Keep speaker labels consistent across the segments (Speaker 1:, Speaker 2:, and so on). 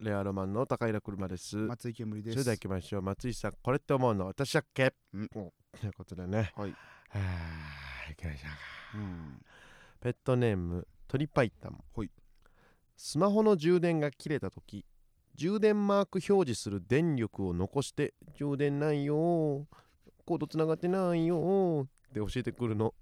Speaker 1: レアロマンの高平車です。
Speaker 2: 松井煙で
Speaker 1: そ
Speaker 2: す。
Speaker 1: れでは行きましょう。松井さん、これって思うの私だっけ
Speaker 2: うん
Speaker 1: おということでね。
Speaker 2: はい。
Speaker 1: はあ、行きましょう。
Speaker 2: うん。
Speaker 1: ペットネーム、トリパイタン。
Speaker 2: はい
Speaker 1: スマホの充電が切れたとき、充電マーク表示する電力を残して、充電ないよー。コードつながってないよー。って教えてくるの。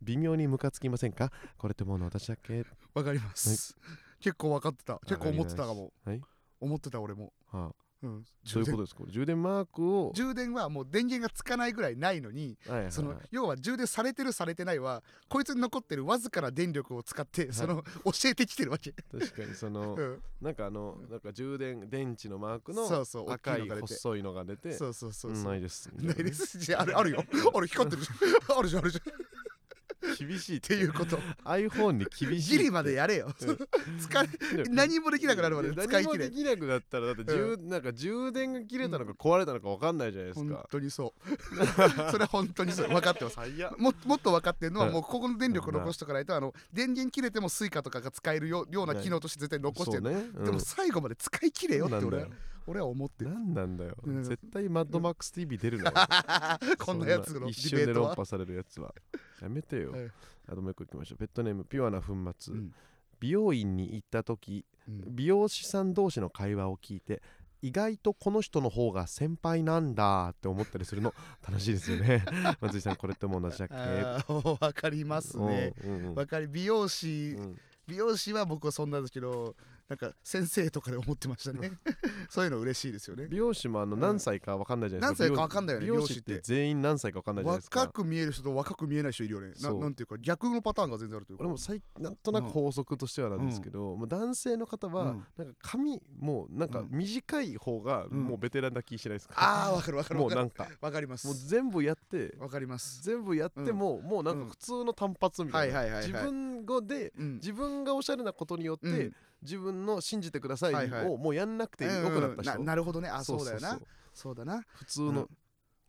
Speaker 1: 微妙にムカつきませんかこれって思うの私だっけ
Speaker 2: わかります。結構わかってた。結構思ってたかも。
Speaker 1: はい。
Speaker 2: 思ってた俺も。
Speaker 1: はあ、
Speaker 2: うん。
Speaker 1: どういうことですかこれ充電マーク を。
Speaker 2: 充電はもう電源がつかないぐらいないのに、
Speaker 1: はいはいはい
Speaker 2: その要は充電されてるされてないはこいつに残ってるわずかな電力を使ってその 教えてきてるわけ。
Speaker 1: 確かにその
Speaker 2: うん。
Speaker 1: なんかあのなんか充電電池のマーク
Speaker 2: そ
Speaker 1: の
Speaker 2: うそう。大き
Speaker 1: 赤
Speaker 2: い
Speaker 1: い
Speaker 2: のが出て。
Speaker 1: 細いのが出て
Speaker 2: そうそうそうそう。
Speaker 1: ないですみ
Speaker 2: な
Speaker 1: たい
Speaker 2: い
Speaker 1: な
Speaker 2: です。じゃああるあ るよ。ある光ってるじゃん。あるじゃんあるじゃん。っ
Speaker 1: 厳しいって
Speaker 2: てい うこと。
Speaker 1: iPhone に厳しい
Speaker 2: ギリまでやれよ。
Speaker 1: うん
Speaker 2: 疲れ
Speaker 1: で
Speaker 2: 何もできなくなるまで
Speaker 1: いや
Speaker 2: 使い切
Speaker 1: 何
Speaker 2: れ
Speaker 1: も。できなくなったらだって、充なんか充電が切れたのか壊れたのか分かんないじゃないです
Speaker 2: 本
Speaker 1: か、
Speaker 2: 当にそう。 それは本当にそう。分かってます。
Speaker 1: 最悪
Speaker 2: ももっと分かってるのは
Speaker 1: はい
Speaker 2: もうここの電力を残しとかないとあの電源切れても Suica とかが使えるよような機能として絶対残してる、
Speaker 1: そうね、うん
Speaker 2: でも最後まで使い切れよって
Speaker 1: そう
Speaker 2: 俺
Speaker 1: な
Speaker 2: は
Speaker 1: んだよ
Speaker 2: 俺は思ってる
Speaker 1: 何なんだよ、
Speaker 2: うん
Speaker 1: 絶対マッドマックス TV 出るなよ
Speaker 2: こんなやつの
Speaker 1: そ
Speaker 2: デ
Speaker 1: 一
Speaker 2: ィ
Speaker 1: 瞬
Speaker 2: ベ
Speaker 1: で
Speaker 2: ート
Speaker 1: 論
Speaker 2: は
Speaker 1: 破されるやつはやめてよ、
Speaker 2: はい
Speaker 1: あともう一個いきましょうペットネームピュアな粉末、
Speaker 2: うん
Speaker 1: 美容院に行った時
Speaker 2: うん
Speaker 1: 美容師さん同士の会話を聞いて意外とこの人の方が先輩なんだって思ったりする の楽しいですよね松井さんこれってもう同じだっけ
Speaker 2: あー分かりますね
Speaker 1: うんうんうん
Speaker 2: 分かり美容師
Speaker 1: うん
Speaker 2: 美容師は僕はそんなんですけどなんか先生とかで思ってましたね そういうの嬉しいですよね
Speaker 1: 美容師もあの
Speaker 2: うん
Speaker 1: 何歳か分かんないじゃないですか、
Speaker 2: 何歳か分かんないよね
Speaker 1: 美容師っ
Speaker 2: 美
Speaker 1: て
Speaker 2: 容師
Speaker 1: 全員何歳か分かんないじゃないですか
Speaker 2: 若く見える人と若く見えない人いるよねな
Speaker 1: そう
Speaker 2: なんていうか逆のパターンが全然あるというか
Speaker 1: 俺も最なんとなく法則としてはなんですけど、もう男性の方
Speaker 2: う
Speaker 1: は
Speaker 2: ん
Speaker 1: なんか髪もうなんか
Speaker 2: うん
Speaker 1: 短い方が
Speaker 2: うん
Speaker 1: もうベテランな気しないですか、
Speaker 2: ああ分かる分かる
Speaker 1: も
Speaker 2: 分
Speaker 1: う
Speaker 2: か
Speaker 1: な
Speaker 2: る
Speaker 1: んか
Speaker 2: 分かります
Speaker 1: もう全部やって
Speaker 2: わかります。
Speaker 1: 全部やっても、もうなんか普通の単発みたいな、
Speaker 2: はいはいはいはい
Speaker 1: 自分語で
Speaker 2: うん
Speaker 1: 自分がおしゃれなことによって、
Speaker 2: うん
Speaker 1: 自分の信じてくださいを、
Speaker 2: はいはい
Speaker 1: もうやんなくてよくなった人、
Speaker 2: うんななるほどね。あ、
Speaker 1: そ
Speaker 2: そううだ
Speaker 1: そ
Speaker 2: よな。そうう
Speaker 1: そう
Speaker 2: だな。
Speaker 1: 普通の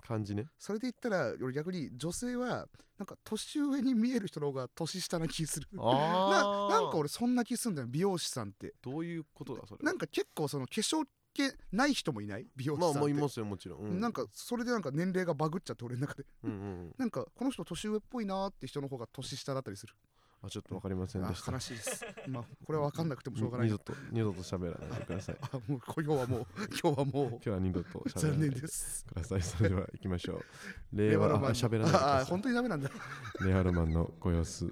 Speaker 1: 感じね、
Speaker 2: それで言ったら、俺逆に女性は、なんか年上に見える人の方が年下な気する。な
Speaker 1: あー
Speaker 2: なんか俺そんな気すんだよ、美容師さんって。
Speaker 1: どういうことだそれ
Speaker 2: なんか結構その化粧系ない人もいない美容師さ
Speaker 1: ま
Speaker 2: ん
Speaker 1: あ
Speaker 2: って。
Speaker 1: まあいますよもちろん、う
Speaker 2: なんかそれでなんか年齢がバグっちゃって俺の中で
Speaker 1: うんうんうん
Speaker 2: なんかこの人年上っぽいなーって人の方が年下だったりする
Speaker 1: あちょっとわかりません
Speaker 2: あ
Speaker 1: でした
Speaker 2: 悲しいですまあこれは分かんなくてもしょうがな
Speaker 1: 二
Speaker 2: い
Speaker 1: 度と二度と喋らないでくださ い
Speaker 2: あもう今日はもう 今日はも
Speaker 1: 今日は二度と
Speaker 2: う
Speaker 1: 喋ら
Speaker 2: 残
Speaker 1: ない
Speaker 2: 念
Speaker 1: で
Speaker 2: で
Speaker 1: く
Speaker 2: す
Speaker 1: ださいそれでは行きまし ょう令和あ喋らないでく
Speaker 2: あ
Speaker 1: ださ
Speaker 2: あ本当にダメなんだ
Speaker 1: い令和ロマンのご様子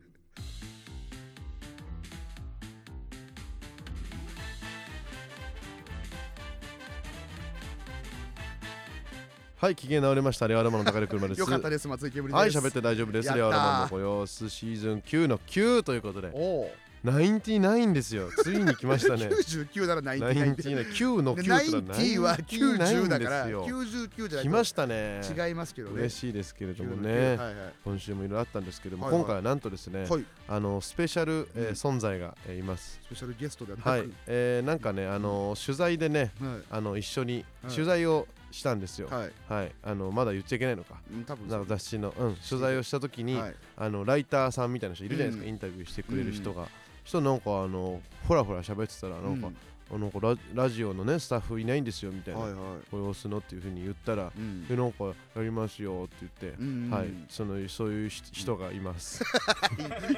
Speaker 1: はい機嫌直りました令和ロマンの高い車です
Speaker 2: よかったです松井けぶりです
Speaker 1: はい喋って大丈夫です
Speaker 2: やった
Speaker 1: 令
Speaker 2: ー
Speaker 1: 和ロマンのご様子シーズン9の9ということで
Speaker 2: おお
Speaker 1: 99ですよついに来ました ね
Speaker 2: 99なら99
Speaker 1: 99の
Speaker 2: で
Speaker 1: 9
Speaker 2: 90は90だから
Speaker 1: 99
Speaker 2: 99じゃない
Speaker 1: 来ましたね
Speaker 2: た違いますけどね
Speaker 1: 嬉しいですけれども
Speaker 2: 99
Speaker 1: ね
Speaker 2: はいはい
Speaker 1: 今週もいろいろあったんですけども、
Speaker 2: はいはい
Speaker 1: 今回はなんとですね、
Speaker 2: はい
Speaker 1: あのスペシャル、えー
Speaker 2: うん
Speaker 1: 存在が、えーいます
Speaker 2: スペシャルゲストではなく
Speaker 1: は
Speaker 2: はい
Speaker 1: い、えーなんかねあの取材でねあの一緒に
Speaker 2: はい
Speaker 1: 取材をしたんですよ、はい
Speaker 2: はい
Speaker 1: あのまだ言っちゃいけないのか
Speaker 2: うん多分
Speaker 1: なんか雑誌の、うん、取材をした時に、
Speaker 2: はい
Speaker 1: あのライターさんみたいな人いるじゃないですか、
Speaker 2: うん
Speaker 1: インタビューしてくれる人が、人なんかあのほらほら喋ってたらなんか、あのララジオのねスタッフいないんですよみた
Speaker 2: う
Speaker 1: い
Speaker 2: ん
Speaker 1: な、
Speaker 2: はいは
Speaker 1: ご様子のっていうふうに言ったら、
Speaker 2: いうん
Speaker 1: えなんかやりますよって言って、
Speaker 2: うん
Speaker 1: はいそのそういうひ人がいます、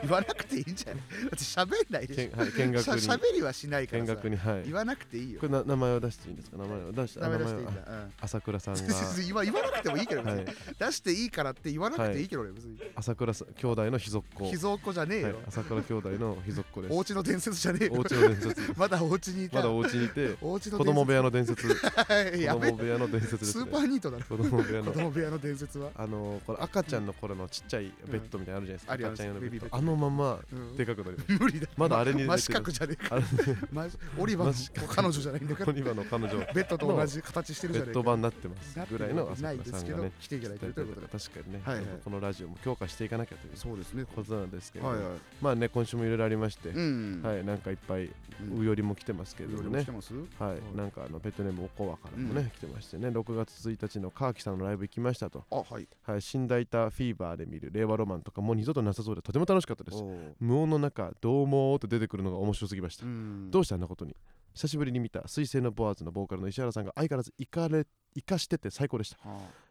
Speaker 2: 言わなくていいんじゃないだって喋んないで
Speaker 1: け
Speaker 2: し
Speaker 1: ん はい、見
Speaker 2: ょしゃ
Speaker 1: 学に
Speaker 2: 喋りはしないから
Speaker 1: 見
Speaker 2: さ
Speaker 1: 学にはい
Speaker 2: 言
Speaker 1: こ
Speaker 2: わなくていいよ
Speaker 1: れな名前を出していいんですか名前を出してあ
Speaker 2: ダメ出していい
Speaker 1: 名
Speaker 2: ん
Speaker 1: 前を
Speaker 2: だうん
Speaker 1: あ朝倉さん が
Speaker 2: 今言わなくてもいいけど別
Speaker 1: は
Speaker 2: に
Speaker 1: い
Speaker 2: 出していいからって言わなくていいけど俺別に
Speaker 1: 朝倉さん兄弟の秘蔵っ子
Speaker 2: 秘蔵っ子じゃねえ
Speaker 1: は
Speaker 2: よ
Speaker 1: い、朝倉兄弟の秘蔵っ子です
Speaker 2: お家の伝説じゃねえ
Speaker 1: お
Speaker 2: よ
Speaker 1: 家の伝説
Speaker 2: まだお家にいた
Speaker 1: まだお家にいて
Speaker 2: お家の伝説
Speaker 1: 子供部屋の伝説
Speaker 2: はい
Speaker 1: 子
Speaker 2: やべ
Speaker 1: 供部屋の伝説で
Speaker 2: ス
Speaker 1: す
Speaker 2: ー
Speaker 1: ね
Speaker 2: パーニートだろ
Speaker 1: 子供部屋
Speaker 2: 子
Speaker 1: の
Speaker 2: 供部屋の伝説は
Speaker 1: あのこれ赤ちゃんの頃のちっちゃいベッドみたいなのあるじゃないですか、
Speaker 2: うんあります
Speaker 1: 赤ちゃん用のベッ
Speaker 2: ベビ
Speaker 1: ド
Speaker 2: ーベッド
Speaker 1: あのまま
Speaker 2: うん
Speaker 1: でかくなりまし
Speaker 2: 無理だ
Speaker 1: まだあれに出てる
Speaker 2: 真四角じゃねえ
Speaker 1: た
Speaker 2: か
Speaker 1: あのね
Speaker 2: 真オリバ
Speaker 1: 真四
Speaker 2: ー
Speaker 1: 角
Speaker 2: の彼女じゃないんだか
Speaker 1: オ
Speaker 2: ら
Speaker 1: リバーの 彼女
Speaker 2: ベッドと同じ形してる
Speaker 1: ベ
Speaker 2: じゃ
Speaker 1: ッ
Speaker 2: ねえ
Speaker 1: ド
Speaker 2: か
Speaker 1: 版になってますぐらいの
Speaker 2: な
Speaker 1: 朝
Speaker 2: い
Speaker 1: 倉
Speaker 2: で
Speaker 1: さ
Speaker 2: す
Speaker 1: ん
Speaker 2: け
Speaker 1: が
Speaker 2: ど
Speaker 1: ね
Speaker 2: 来ていただいてるということで
Speaker 1: 確かにね、
Speaker 2: はいはい
Speaker 1: このラジオも強化していかなきゃという
Speaker 2: そうですね
Speaker 1: ことなんですけれど
Speaker 2: は
Speaker 1: も、
Speaker 2: いはい
Speaker 1: まあね今週もいろいろありまして、
Speaker 2: うん
Speaker 1: はいいなんかいっぱい
Speaker 2: うん
Speaker 1: うよりも来てますけ
Speaker 2: い
Speaker 1: れ
Speaker 2: ろ
Speaker 1: ど
Speaker 2: い
Speaker 1: も
Speaker 2: ろ
Speaker 1: ね
Speaker 2: 来て、ます
Speaker 1: はい、
Speaker 2: い
Speaker 1: なんかあのペットネームおこわからもね、
Speaker 2: うん
Speaker 1: 来てましてね6月1日のカーキさんのライブ行きましたと、
Speaker 2: あはい
Speaker 1: はい、新大田フィーバーで見る令和ロマンとかもう二度となさそうでとても楽しかったです
Speaker 2: おう
Speaker 1: 無音の中「どうも」と出てくるのが面白すぎました、
Speaker 2: うん
Speaker 1: どうしてあんなことに久しぶりに見た水星のボアーズのボーカルの石原さんが相変わらずイカれイカしてて最高でした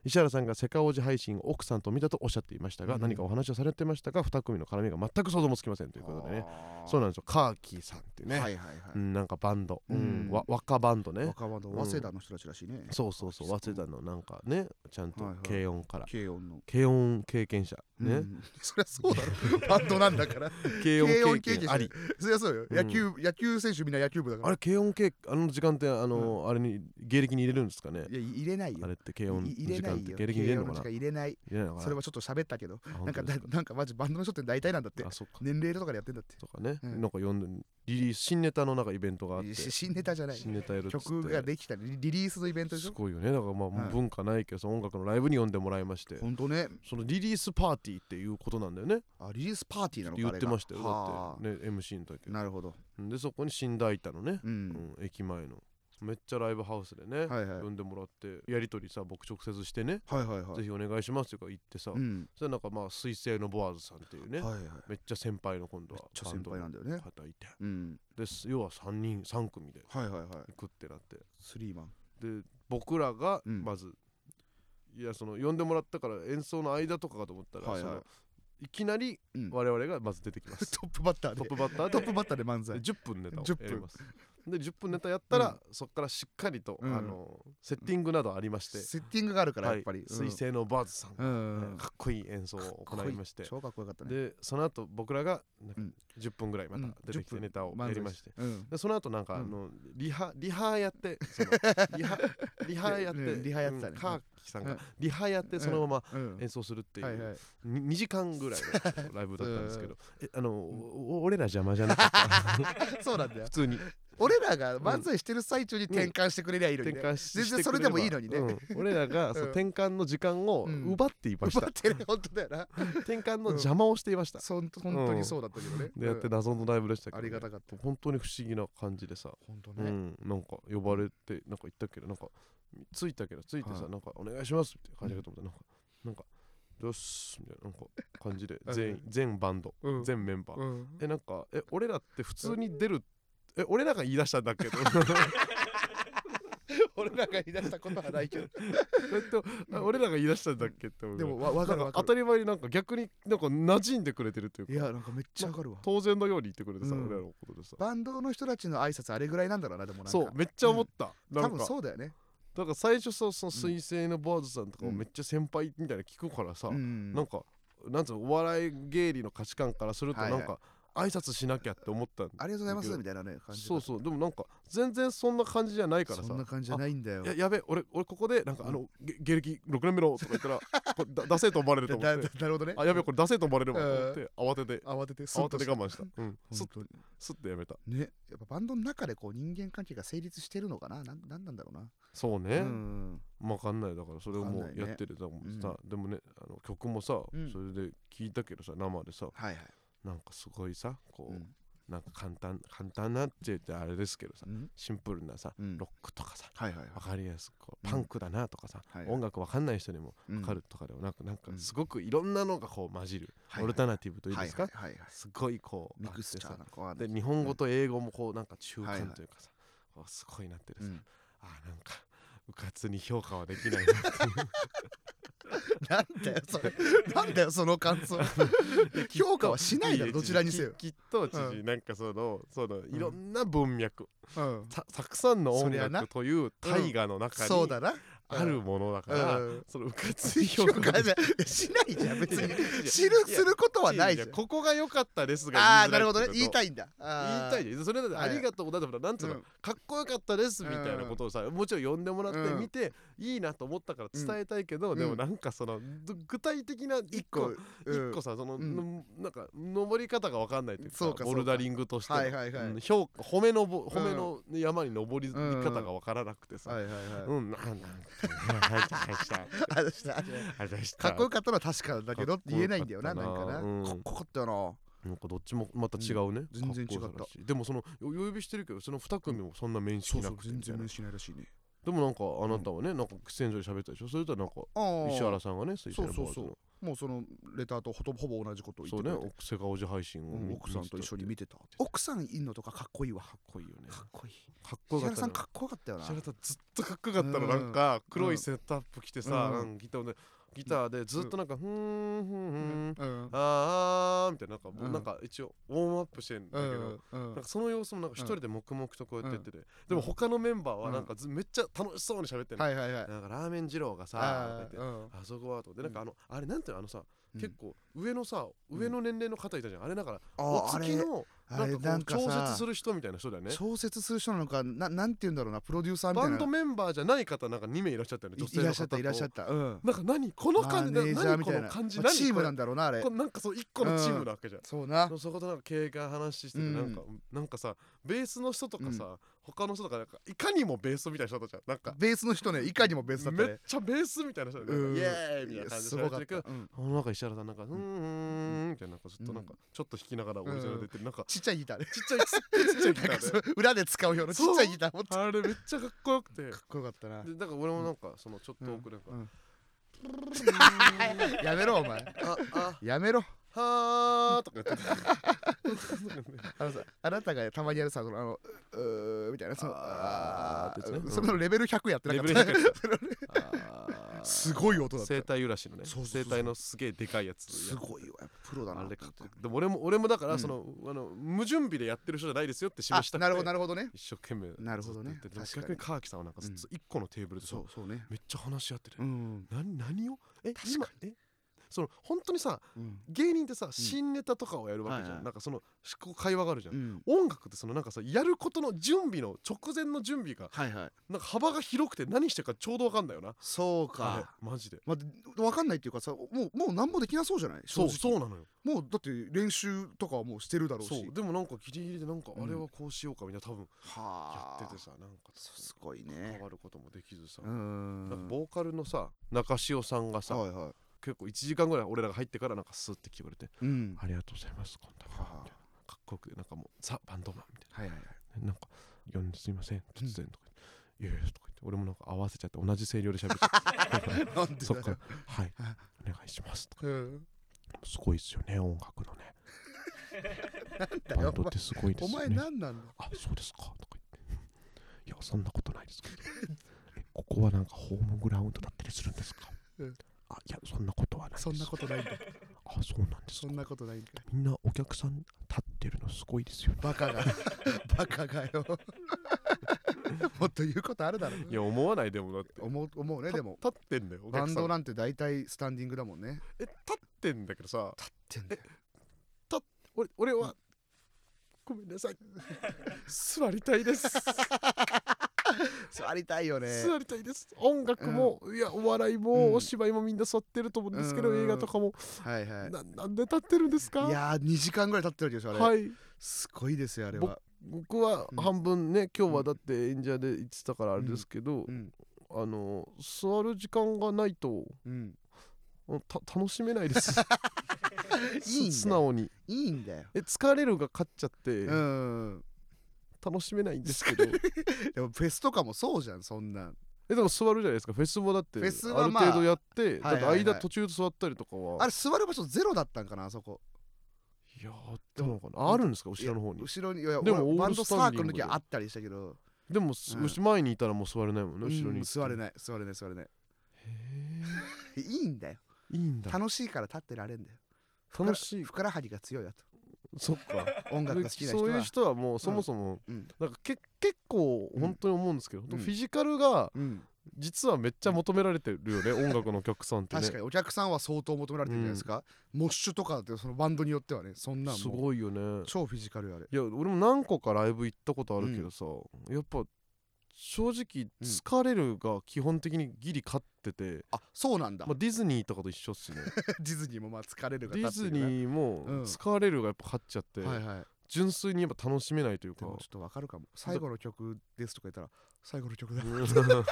Speaker 1: 石原さんがセカオジ配信を奥さんと見たとおっしゃっていましたが、
Speaker 2: うん
Speaker 1: 何かお話をされてましたが2組の絡みが全く想像もつきませんと
Speaker 2: と
Speaker 1: いうことでねそうなんですよカーキーさんってね、
Speaker 2: はいはいはい、
Speaker 1: うん、なんかバンド、う
Speaker 2: うんん
Speaker 1: わ若バンドね
Speaker 2: 若葉の早稲田の人たちらしいね、
Speaker 1: そうそうそう
Speaker 2: そう
Speaker 1: 早稲田のなんかねちゃんと
Speaker 2: はいはい
Speaker 1: 軽音から、
Speaker 2: 軽音の
Speaker 1: 軽音経験者ね、
Speaker 2: うん そりゃそ うだろバンドなんだから
Speaker 1: 軽
Speaker 2: 軽
Speaker 1: 音経
Speaker 2: 音経
Speaker 1: 験
Speaker 2: 験
Speaker 1: あり
Speaker 2: そりゃそうよ、
Speaker 1: うん
Speaker 2: 野球野球選手みんな野球部だか
Speaker 1: あ
Speaker 2: ら
Speaker 1: れ軽音経あの時間ってあの、あれに芸歴に入れるんですかね
Speaker 2: いや入れないよ
Speaker 1: あれって軽音の
Speaker 2: い
Speaker 1: 時
Speaker 2: 入れな
Speaker 1: 間っ
Speaker 2: い
Speaker 1: て
Speaker 2: よ
Speaker 1: 芸歴に入れるのかな
Speaker 2: 軽音時間入れない
Speaker 1: 入れないのかな
Speaker 2: それはちょっと喋ったけど
Speaker 1: あ
Speaker 2: なんか
Speaker 1: 本当
Speaker 2: だ
Speaker 1: です
Speaker 2: なんかマジバンドの人って大体なんだって
Speaker 1: あそっか
Speaker 2: 年齢とかでやってんだって
Speaker 1: とかね、
Speaker 2: うん
Speaker 1: なんか呼んでリリース新ネタのなんかイベントがあって
Speaker 2: し新ネタじゃない
Speaker 1: 新ネタやるっつって
Speaker 2: 曲ができたりリリースのイベントですしょ
Speaker 1: ごいよねだからまあ、
Speaker 2: はい
Speaker 1: 文化ないけどその音楽のライブに呼んでもらいまして
Speaker 2: 本当ね
Speaker 1: そのリリースパーティーっていうことなんだよね
Speaker 2: あリリースパーティーなのか
Speaker 1: 言ってましたよ
Speaker 2: あれがは
Speaker 1: だっ
Speaker 2: あ
Speaker 1: てね MC の時
Speaker 2: なるほど
Speaker 1: でそこに新大田のね、
Speaker 2: う
Speaker 1: うんん駅前のめっちゃライブハウスでね、
Speaker 2: はいはい
Speaker 1: 呼んでもらってやり取りさ僕直接してね、
Speaker 2: はいはいは
Speaker 1: ぜ
Speaker 2: い
Speaker 1: ひお願いしますとか言ってさ、
Speaker 2: うん
Speaker 1: それなんかまあ水星のボアーズさんっていうね、
Speaker 2: はいはい
Speaker 1: めっちゃ先輩の今度
Speaker 2: めっ
Speaker 1: は
Speaker 2: ちゃ先輩なんだよ
Speaker 1: バン
Speaker 2: ね
Speaker 1: ドの方いて
Speaker 2: うん
Speaker 1: です要は3人3組で
Speaker 2: はいはいはい
Speaker 1: 行くってなって
Speaker 2: スリーマン
Speaker 1: で僕らが
Speaker 2: うん
Speaker 1: まず、いやその呼んでもらったから演奏の間とかかと思ったら、
Speaker 2: はい
Speaker 1: そ
Speaker 2: はい
Speaker 1: のいきなり
Speaker 2: うんト
Speaker 1: 我々がまず出てきます
Speaker 2: ップバッター
Speaker 1: トッ
Speaker 2: で
Speaker 1: プバッター
Speaker 2: ト
Speaker 1: で
Speaker 2: ップバッターで漫才
Speaker 1: で10分ネタを
Speaker 2: 10分
Speaker 1: やりますで10分ネタやったら、
Speaker 2: うん
Speaker 1: そこからしっかりと、
Speaker 2: うん
Speaker 1: あのセッティングなどありまして、
Speaker 2: セッティングがあるからやっぱり
Speaker 1: はい、水星のバーズさん
Speaker 2: う
Speaker 1: が、
Speaker 2: ん
Speaker 1: かっこいい演奏を行いまして
Speaker 2: 超かっこよかったね
Speaker 1: でその後僕らがなんか
Speaker 2: うん
Speaker 1: 10分ぐらいま
Speaker 2: うん
Speaker 1: た出てき
Speaker 2: 10
Speaker 1: て
Speaker 2: 分
Speaker 1: ネタをやりまして、
Speaker 2: うん
Speaker 1: でその後なんか、
Speaker 2: うん
Speaker 1: あのリハリハや ってそのリハリハやって、
Speaker 2: うんリハやってたね
Speaker 1: うんカーキさんが、
Speaker 2: うん
Speaker 1: リハやってそのまま
Speaker 2: うん
Speaker 1: 演奏するっていう、
Speaker 2: はいはい
Speaker 1: に2時間ぐらいのライブだったんですけどえあの、お俺ら邪魔じゃなかった
Speaker 2: そうなんだよ
Speaker 1: 普通に
Speaker 2: 俺らが漫才してる最中に転換してくれりゃいいのに
Speaker 1: 転
Speaker 2: ね
Speaker 1: 換し
Speaker 2: 全然
Speaker 1: してくれ
Speaker 2: それでもいいのにね
Speaker 1: ればうん俺らが、そう
Speaker 2: うん
Speaker 1: 転換の時間を
Speaker 2: うん
Speaker 1: 奪っていました、
Speaker 2: 奪ってる本当だよな
Speaker 1: 転換の邪魔をしていました、
Speaker 2: そん本当にそうだったけどね
Speaker 1: でやって謎のライブでしたけ
Speaker 2: あ
Speaker 1: ど、
Speaker 2: りがたかった
Speaker 1: 本当に不思議な感じでさ、
Speaker 2: 本当
Speaker 1: う
Speaker 2: ね
Speaker 1: ん、なんか呼ばれてなんか行ったっけどなんかついたけどついてさ、
Speaker 2: はい
Speaker 1: なんかお願いしますって感じだと思ったなんかなんかよっすみたいななんか感じで
Speaker 2: うん
Speaker 1: 全員全バンド、
Speaker 2: うん
Speaker 1: 全メンバー、
Speaker 2: うん
Speaker 1: えなんかえ俺らって普通に出るえ俺らが言い出したんだっけど
Speaker 2: 俺らが言い出したことはないけど
Speaker 1: えっとあ俺らが言い出したんだっけって思う
Speaker 2: でもわわか
Speaker 1: な
Speaker 2: る
Speaker 1: んか
Speaker 2: わか
Speaker 1: 当
Speaker 2: る
Speaker 1: たり前になんか逆になんか馴染んでくれてるっていうか
Speaker 2: いやなんかめっちゃわかるわ
Speaker 1: 当然のように言ってくれてさ、
Speaker 2: うん
Speaker 1: 俺らのことでさ
Speaker 2: バンドの人たちの挨拶あれぐらいなんだろうなでもなんか
Speaker 1: そうめっちゃ思った、な
Speaker 2: 多
Speaker 1: ん
Speaker 2: 分
Speaker 1: か
Speaker 2: そうだよね
Speaker 1: だから最初さその水星のボーズさんとかも
Speaker 2: うん
Speaker 1: めっちゃ先輩みたいな聞くからさ、
Speaker 2: うん
Speaker 1: なんかなんつうのお笑い芸人の価値観からすると
Speaker 2: は
Speaker 1: ない
Speaker 2: はい
Speaker 1: んか挨拶しなきゃって思ったん
Speaker 2: ありがとうございますみたいなね感じだ
Speaker 1: そうそうでもなんか全然そんな感じじゃないからさ
Speaker 2: そんな感じじゃないんだよ
Speaker 1: いややべ俺俺ここでなんかあのげ芸歴6年目のとか言 ったらこれだ出せと思われると
Speaker 2: だ
Speaker 1: 思っ
Speaker 2: だ
Speaker 1: て
Speaker 2: だなるほどね
Speaker 1: あやべこれ出せと思われるわと思って慌てて
Speaker 2: 慌ててスッ
Speaker 1: 慌
Speaker 2: と
Speaker 1: て
Speaker 2: して
Speaker 1: 我慢したうんす
Speaker 2: 本
Speaker 1: っ
Speaker 2: 当に
Speaker 1: すってやめた
Speaker 2: ねやっぱバンドの中でこう人間関係が成立してるのかななんなんなんだろうな
Speaker 1: そう
Speaker 2: う
Speaker 1: ね
Speaker 2: ん
Speaker 1: わかんないだからそれをも
Speaker 2: わか
Speaker 1: う
Speaker 2: んないね
Speaker 1: やってるだもんさでもねあの曲もさ
Speaker 2: うん
Speaker 1: それで聞いたけどさ生でさ
Speaker 2: はいはい
Speaker 1: なんかすごいさこ
Speaker 2: うん
Speaker 1: うなんか簡単簡単なって言ってあれですけどさ
Speaker 2: うん
Speaker 1: シンプルなさ
Speaker 2: うん
Speaker 1: ロックとかさ
Speaker 2: はいはいはい
Speaker 1: わかりやすくこう
Speaker 2: うん
Speaker 1: パンクだなとかさ
Speaker 2: はいはい
Speaker 1: 音楽わかんない人にも
Speaker 2: うん
Speaker 1: わかるとかでもなくなんか
Speaker 2: うん
Speaker 1: すごくいろんなのがこう混じる
Speaker 2: はいはい
Speaker 1: オルタナティブというん
Speaker 2: はい
Speaker 1: ですか
Speaker 2: はいはいはい
Speaker 1: すごいこう
Speaker 2: ミクスチャー
Speaker 1: あっ
Speaker 2: なこうあ
Speaker 1: て
Speaker 2: る
Speaker 1: さで日本語と英語もこうなんか中
Speaker 2: はい
Speaker 1: 間
Speaker 2: はい
Speaker 1: というかさこうすごいなってる
Speaker 2: う
Speaker 1: さ
Speaker 2: ん
Speaker 1: あーなんかうかつに評価はできないな
Speaker 2: なんだよそ れなんだよその感想 評価はしないだろどちらにせよ
Speaker 1: ききっと知
Speaker 2: う
Speaker 1: 事なんかそのそのいろんな文脈
Speaker 2: うん
Speaker 1: たたくさんの
Speaker 2: そ
Speaker 1: 音
Speaker 2: りゃな
Speaker 1: 楽という大河の中
Speaker 2: そう
Speaker 1: に
Speaker 2: だな
Speaker 1: あるものだから
Speaker 2: うん
Speaker 1: そのうかつに
Speaker 2: 評
Speaker 1: 評価
Speaker 2: 価
Speaker 1: が
Speaker 2: じゃしないじゃん別に知る
Speaker 1: いや
Speaker 2: することはないじゃん
Speaker 1: ここが良かったですが
Speaker 2: ああーなるほどね言い
Speaker 1: い
Speaker 2: たいんだ
Speaker 1: 言い
Speaker 2: あ
Speaker 1: た
Speaker 2: ー
Speaker 1: いじゃんそれだって
Speaker 2: はい
Speaker 1: ありがとうだってほらなんつうの、
Speaker 2: うん
Speaker 1: かっこよかったですみたいなことをさ、もちろん呼んでもらって
Speaker 2: うん
Speaker 1: 見て、いいなと思ったから伝えたいけど、
Speaker 2: うん
Speaker 1: でもなんかそのど具体的な一個
Speaker 2: うん
Speaker 1: 一個さその、
Speaker 2: うん
Speaker 1: のなんか登り方が分かんないというか
Speaker 2: そうかそうか
Speaker 1: ボルダリングとしての、
Speaker 2: はいはいはい
Speaker 1: うん評褒めのぼ褒めの山に登り方が分からなくてさ、
Speaker 2: はいは
Speaker 1: う
Speaker 2: い
Speaker 1: ん、
Speaker 2: はい
Speaker 1: うん、なんなんかはいはいしたあ
Speaker 2: あれしたあ
Speaker 1: りがとうご
Speaker 2: れした
Speaker 1: ざいました
Speaker 2: かっこよかったのは確かだけどって言えないんだよな
Speaker 1: か
Speaker 2: な
Speaker 1: っ
Speaker 2: ん
Speaker 1: こよかったなうん
Speaker 2: かなかっこよかったよな
Speaker 1: なんかどっちもまた違うね、
Speaker 2: 全然違っ
Speaker 1: か
Speaker 2: た
Speaker 1: こよさらしいでもそのお呼びしてるけどその2組もそんな面識なくてみたいな
Speaker 2: しないらしいね
Speaker 1: でもなんかあなたはね、なんか洗浄で喋ったでしょそれとはなんか
Speaker 2: ああ
Speaker 1: 石原さんがね推薦の
Speaker 2: そ
Speaker 1: 坊
Speaker 2: うそ
Speaker 1: 主
Speaker 2: うそう
Speaker 1: の
Speaker 2: もうそのレターとほとほぼ同じことを言
Speaker 1: そ
Speaker 2: っ
Speaker 1: う
Speaker 2: て
Speaker 1: ね
Speaker 2: くれて
Speaker 1: 奥セカオジ配信を
Speaker 2: う
Speaker 1: 見て
Speaker 2: ん奥さんと一緒に見てた
Speaker 1: 見てたって
Speaker 2: 奥さんいんのとかかっこいいわかっこいいよねかっこいい
Speaker 1: かっこよ
Speaker 2: 石
Speaker 1: かっ
Speaker 2: 原
Speaker 1: た
Speaker 2: さん
Speaker 1: な
Speaker 2: かっこよかったよな
Speaker 1: 石原さんずっとかっこよかったの、なんか黒いセットアップ着てさ、
Speaker 2: うん
Speaker 1: なんかギターでギターでずっとなんか、ふーんふーんふーん
Speaker 2: うん
Speaker 1: あーみたいななんか、もう
Speaker 2: うん
Speaker 1: なんか一応ウォームアップしてんだ
Speaker 2: う
Speaker 1: けど、
Speaker 2: んうん
Speaker 1: なんかその様子もなんか一人で黙々とこうやってやってて、で
Speaker 2: う
Speaker 1: も
Speaker 2: ん
Speaker 1: 他のメンバーはなんかず、めっちゃ楽しそうに喋ってる、
Speaker 2: はいはいはい
Speaker 1: なんかラーメン二郎がさとか言
Speaker 2: あ
Speaker 1: って
Speaker 2: ーうん
Speaker 1: あそこはとかでなんかあの、あれなんていうのあのさ、
Speaker 2: うん
Speaker 1: 結構上のさ
Speaker 2: うん
Speaker 1: 上の年齢の方いたじゃんあれだからお
Speaker 2: ああ
Speaker 1: 月
Speaker 2: れ
Speaker 1: の
Speaker 2: あれ
Speaker 1: な
Speaker 2: なんん
Speaker 1: か
Speaker 2: か
Speaker 1: こう調節す
Speaker 2: さ
Speaker 1: る人みたいな人だよね
Speaker 2: 調節する人なのかななんて言うんだろうなプロデューサーみ
Speaker 1: バ
Speaker 2: たい
Speaker 1: ンド
Speaker 2: な
Speaker 1: メンバーじゃない方なんか2名いらっしゃったよね女
Speaker 2: い
Speaker 1: 性
Speaker 2: い
Speaker 1: の
Speaker 2: らっし
Speaker 1: 方
Speaker 2: ゃった
Speaker 1: と
Speaker 2: いらっしゃったうん
Speaker 1: なんか何この感じ
Speaker 2: マネージャー
Speaker 1: 何
Speaker 2: み
Speaker 1: こ
Speaker 2: たい
Speaker 1: の
Speaker 2: な
Speaker 1: 感じ
Speaker 2: まあチームなんんだろうなあれ
Speaker 1: なんかそう一個のチームなわけじゃん
Speaker 2: そうな
Speaker 1: そことなんか経過話してて
Speaker 2: うん
Speaker 1: なんかなんかさベースの人とか
Speaker 2: う
Speaker 1: さ他の人とかなんかいかにもベースみたいな人だったじゃんなんか
Speaker 2: ベースの人ねいかにもベースだった
Speaker 1: めっ
Speaker 2: ね
Speaker 1: ちゃベースみたいな人だったよなんかイエーイみたいな感じ
Speaker 2: す
Speaker 1: で
Speaker 2: ご
Speaker 1: 喋
Speaker 2: か
Speaker 1: っ
Speaker 2: ってた
Speaker 1: るけど
Speaker 2: うん
Speaker 1: あのなんか石原さんなんかうーんみたいななんかずっとなんかちょっと弾きながらオリジナル出てるなんか
Speaker 2: ちっちゃいギターね
Speaker 1: ちっちゃいちっちゃいギタ
Speaker 2: なんか
Speaker 1: ー
Speaker 2: そ
Speaker 1: で
Speaker 2: う裏で使うようなちっちゃいギター持って
Speaker 1: あれめっちゃかっこよくて
Speaker 2: かっこよかったな
Speaker 1: でだから俺もなんかそのちょっと奥なんか
Speaker 2: うんうんやめろお前
Speaker 1: ああ
Speaker 2: やめろ
Speaker 1: はーとか言ってた。
Speaker 2: あのさあなたがたまにやるさそのあのうーみたいなその
Speaker 1: あーってやつね
Speaker 2: その レベル100やってなかった すごい音だった
Speaker 1: 生体由らしのね
Speaker 2: そうそうそう
Speaker 1: 生体のすげえでかいやつ
Speaker 2: すごいわやっぱプロだな
Speaker 1: あれかっこいいでも俺も俺もだか
Speaker 2: う
Speaker 1: ら
Speaker 2: ん
Speaker 1: その、あの無準備でやってる人じゃないですよって示した
Speaker 2: あ
Speaker 1: くて
Speaker 2: なるほどなるほどね
Speaker 1: 一生懸命
Speaker 2: なるほどね
Speaker 1: ずっとやっててでも
Speaker 2: 確かに
Speaker 1: 逆に川木さんはなんかずっと一個のテーブルでさ、
Speaker 2: そうそうね
Speaker 1: めっちゃ話し合ってて、
Speaker 2: うん
Speaker 1: な何をえ
Speaker 2: 確かに
Speaker 1: 今えその本当にさ
Speaker 2: うん
Speaker 1: 芸人ってさ新ネタとかをやるわけじゃん、
Speaker 2: はいはい
Speaker 1: なんかそのこう会話があるじゃん、
Speaker 2: うん
Speaker 1: 音楽ってそのなんかさやることの準備の直前の準備が
Speaker 2: はいはい
Speaker 1: なんか幅が広くて何してるかちょうど分かんだよな
Speaker 2: そう
Speaker 1: あれ
Speaker 2: か
Speaker 1: マジで
Speaker 2: まあ、わかんないっていうかさもうもう何もできなそうじゃない
Speaker 1: そう
Speaker 2: 正
Speaker 1: そ
Speaker 2: 直
Speaker 1: うなのよ
Speaker 2: もうだって練習とかはもうしてるだろうし
Speaker 1: そうでもなんかギリギリでなんか
Speaker 2: うん
Speaker 1: あれはこうしようかみたいな多分
Speaker 2: は
Speaker 1: や
Speaker 2: あ
Speaker 1: っててさなんか
Speaker 2: そうすごい
Speaker 1: 変
Speaker 2: ね
Speaker 1: わることもできずさ
Speaker 2: うー
Speaker 1: なんか
Speaker 2: ん
Speaker 1: ボーカルのさ中潮さんがさ
Speaker 2: はいは
Speaker 1: 結構1時間ぐらい俺らが入ってからなんかスッて来てくれて
Speaker 2: いうん
Speaker 1: 「ありがとうございますこんな
Speaker 2: はあ
Speaker 1: かっこよくてなんかもうザ・バンドマン」みたい
Speaker 2: はいはいはい
Speaker 1: な「なんか呼んですいません突然」とか言って「いやいや」とか言って俺もなんか合わせちゃって同じ声量で喋っちゃって
Speaker 2: なん で
Speaker 1: そ
Speaker 2: だ
Speaker 1: っ
Speaker 2: よ
Speaker 1: から「はい
Speaker 2: は
Speaker 1: お願いします」とか
Speaker 2: うん
Speaker 1: 「すごいっすよね音楽のね
Speaker 2: だ
Speaker 1: バ
Speaker 2: よ
Speaker 1: ンドってすごいで
Speaker 2: お
Speaker 1: すよ
Speaker 2: 前
Speaker 1: ね」
Speaker 2: お前何なんだ
Speaker 1: あそうですかとか言っていやそんなことないですけどえここはなんかホームグラウンドだったりするんですか、
Speaker 2: うん
Speaker 1: あいやそんなことはないです
Speaker 2: そんなことな いんだ
Speaker 1: あそうなんです
Speaker 2: そ
Speaker 1: か
Speaker 2: んなことないんだ
Speaker 1: みんなお客さん立ってるのすごいですよね
Speaker 2: バ カがバカがよ もっと言うことあるだろ
Speaker 1: や思わないでもだって
Speaker 2: 思う思うねでも
Speaker 1: 立ってんだよお
Speaker 2: バ
Speaker 1: 客
Speaker 2: ン
Speaker 1: さん
Speaker 2: ドなんて大体スタンディングだもんね
Speaker 1: え立ってんだけどさ
Speaker 2: ってんだよ
Speaker 1: 俺俺
Speaker 2: は
Speaker 1: ごめんなさい 座りたいです
Speaker 2: 座りたいよね
Speaker 1: 座りたいです音楽も、いやお笑いも、
Speaker 2: うん
Speaker 1: お芝居もみんな座ってると思うんですけど、
Speaker 2: うん
Speaker 1: 映画とかも、
Speaker 2: はいはい
Speaker 1: ななんで立ってるんですか
Speaker 2: いやー2時間ぐらい経ってるわけでしょあれ、
Speaker 1: はい
Speaker 2: すごいですよあれは
Speaker 1: 僕は
Speaker 2: うん
Speaker 1: 半分ね、今日はだって演者で言ってたからあれですけど、
Speaker 2: うん
Speaker 1: あの座る時間がないと
Speaker 2: うん
Speaker 1: あのた楽し めないです
Speaker 2: いいんだよ
Speaker 1: す素直に
Speaker 2: いいんだよ
Speaker 1: え疲れるが勝っちゃって、
Speaker 2: うん
Speaker 1: 楽しめないんですけど
Speaker 2: でもフェスとかもそうじゃんそんなん
Speaker 1: えでも座るじゃないですかフェスもだって
Speaker 2: フェス
Speaker 1: あ
Speaker 2: は
Speaker 1: る
Speaker 2: まあ
Speaker 1: 程度やって、
Speaker 2: はいはいはい
Speaker 1: だって間途中で座ったりとかは
Speaker 2: あれ座る場所ゼロだったんかなあそこ
Speaker 1: いやーどうなのかなああるんですか後ろの方に
Speaker 2: 後ろにいや
Speaker 1: でも
Speaker 2: 俺
Speaker 1: オー
Speaker 2: バン
Speaker 1: ル
Speaker 2: ド
Speaker 1: ス
Speaker 2: サ
Speaker 1: タン
Speaker 2: ー
Speaker 1: デ
Speaker 2: ク
Speaker 1: ィン
Speaker 2: ル
Speaker 1: グ
Speaker 2: の
Speaker 1: で
Speaker 2: 時はあったりしたけど
Speaker 1: でも、す
Speaker 2: うん
Speaker 1: 前にいたらもう座れないもんね後ろに、
Speaker 2: うん座れ
Speaker 1: い
Speaker 2: ない座れない座れない
Speaker 1: へー
Speaker 2: いいんだよ
Speaker 1: いいんだ
Speaker 2: 楽しいから立ってられんだよ
Speaker 1: 楽しい
Speaker 2: ふくらはぎが強いやと
Speaker 1: そっか
Speaker 2: 音楽が好きな人
Speaker 1: そういう
Speaker 2: は
Speaker 1: 人はもうそもそも、
Speaker 2: うん
Speaker 1: なんかけ結構本当に思うんですけど、
Speaker 2: ん
Speaker 1: フィジカルが
Speaker 2: うん
Speaker 1: 実はめっちゃ求められてるよね、音楽のお客さんってね
Speaker 2: 確かにお客さんは相当求められてるんじゃないですか、モッシュとかだってそのバンドによってはねそんなん
Speaker 1: す
Speaker 2: もう
Speaker 1: ごいよね
Speaker 2: 超フィジカルよあれ
Speaker 1: いや俺も何個かライブ行ったことあるけどさ、やっぱ正直「
Speaker 2: うん
Speaker 1: 疲れる」が基本的にギリ勝ってて、
Speaker 2: あそうなんだ
Speaker 1: まあ、ディズニーとかと一緒っ すね
Speaker 2: ディズニーもまあ疲れる
Speaker 1: デ
Speaker 2: が立
Speaker 1: ィ
Speaker 2: ってる
Speaker 1: ズ
Speaker 2: よな
Speaker 1: ニーも
Speaker 2: うん
Speaker 1: 「疲れる」がやっぱ勝っちゃって、
Speaker 2: はいはい
Speaker 1: 純粋にやっぱ楽しめないという
Speaker 2: で
Speaker 1: か
Speaker 2: もちょっとわかるかも最後の曲ですとか言ったら最後の曲 だなんか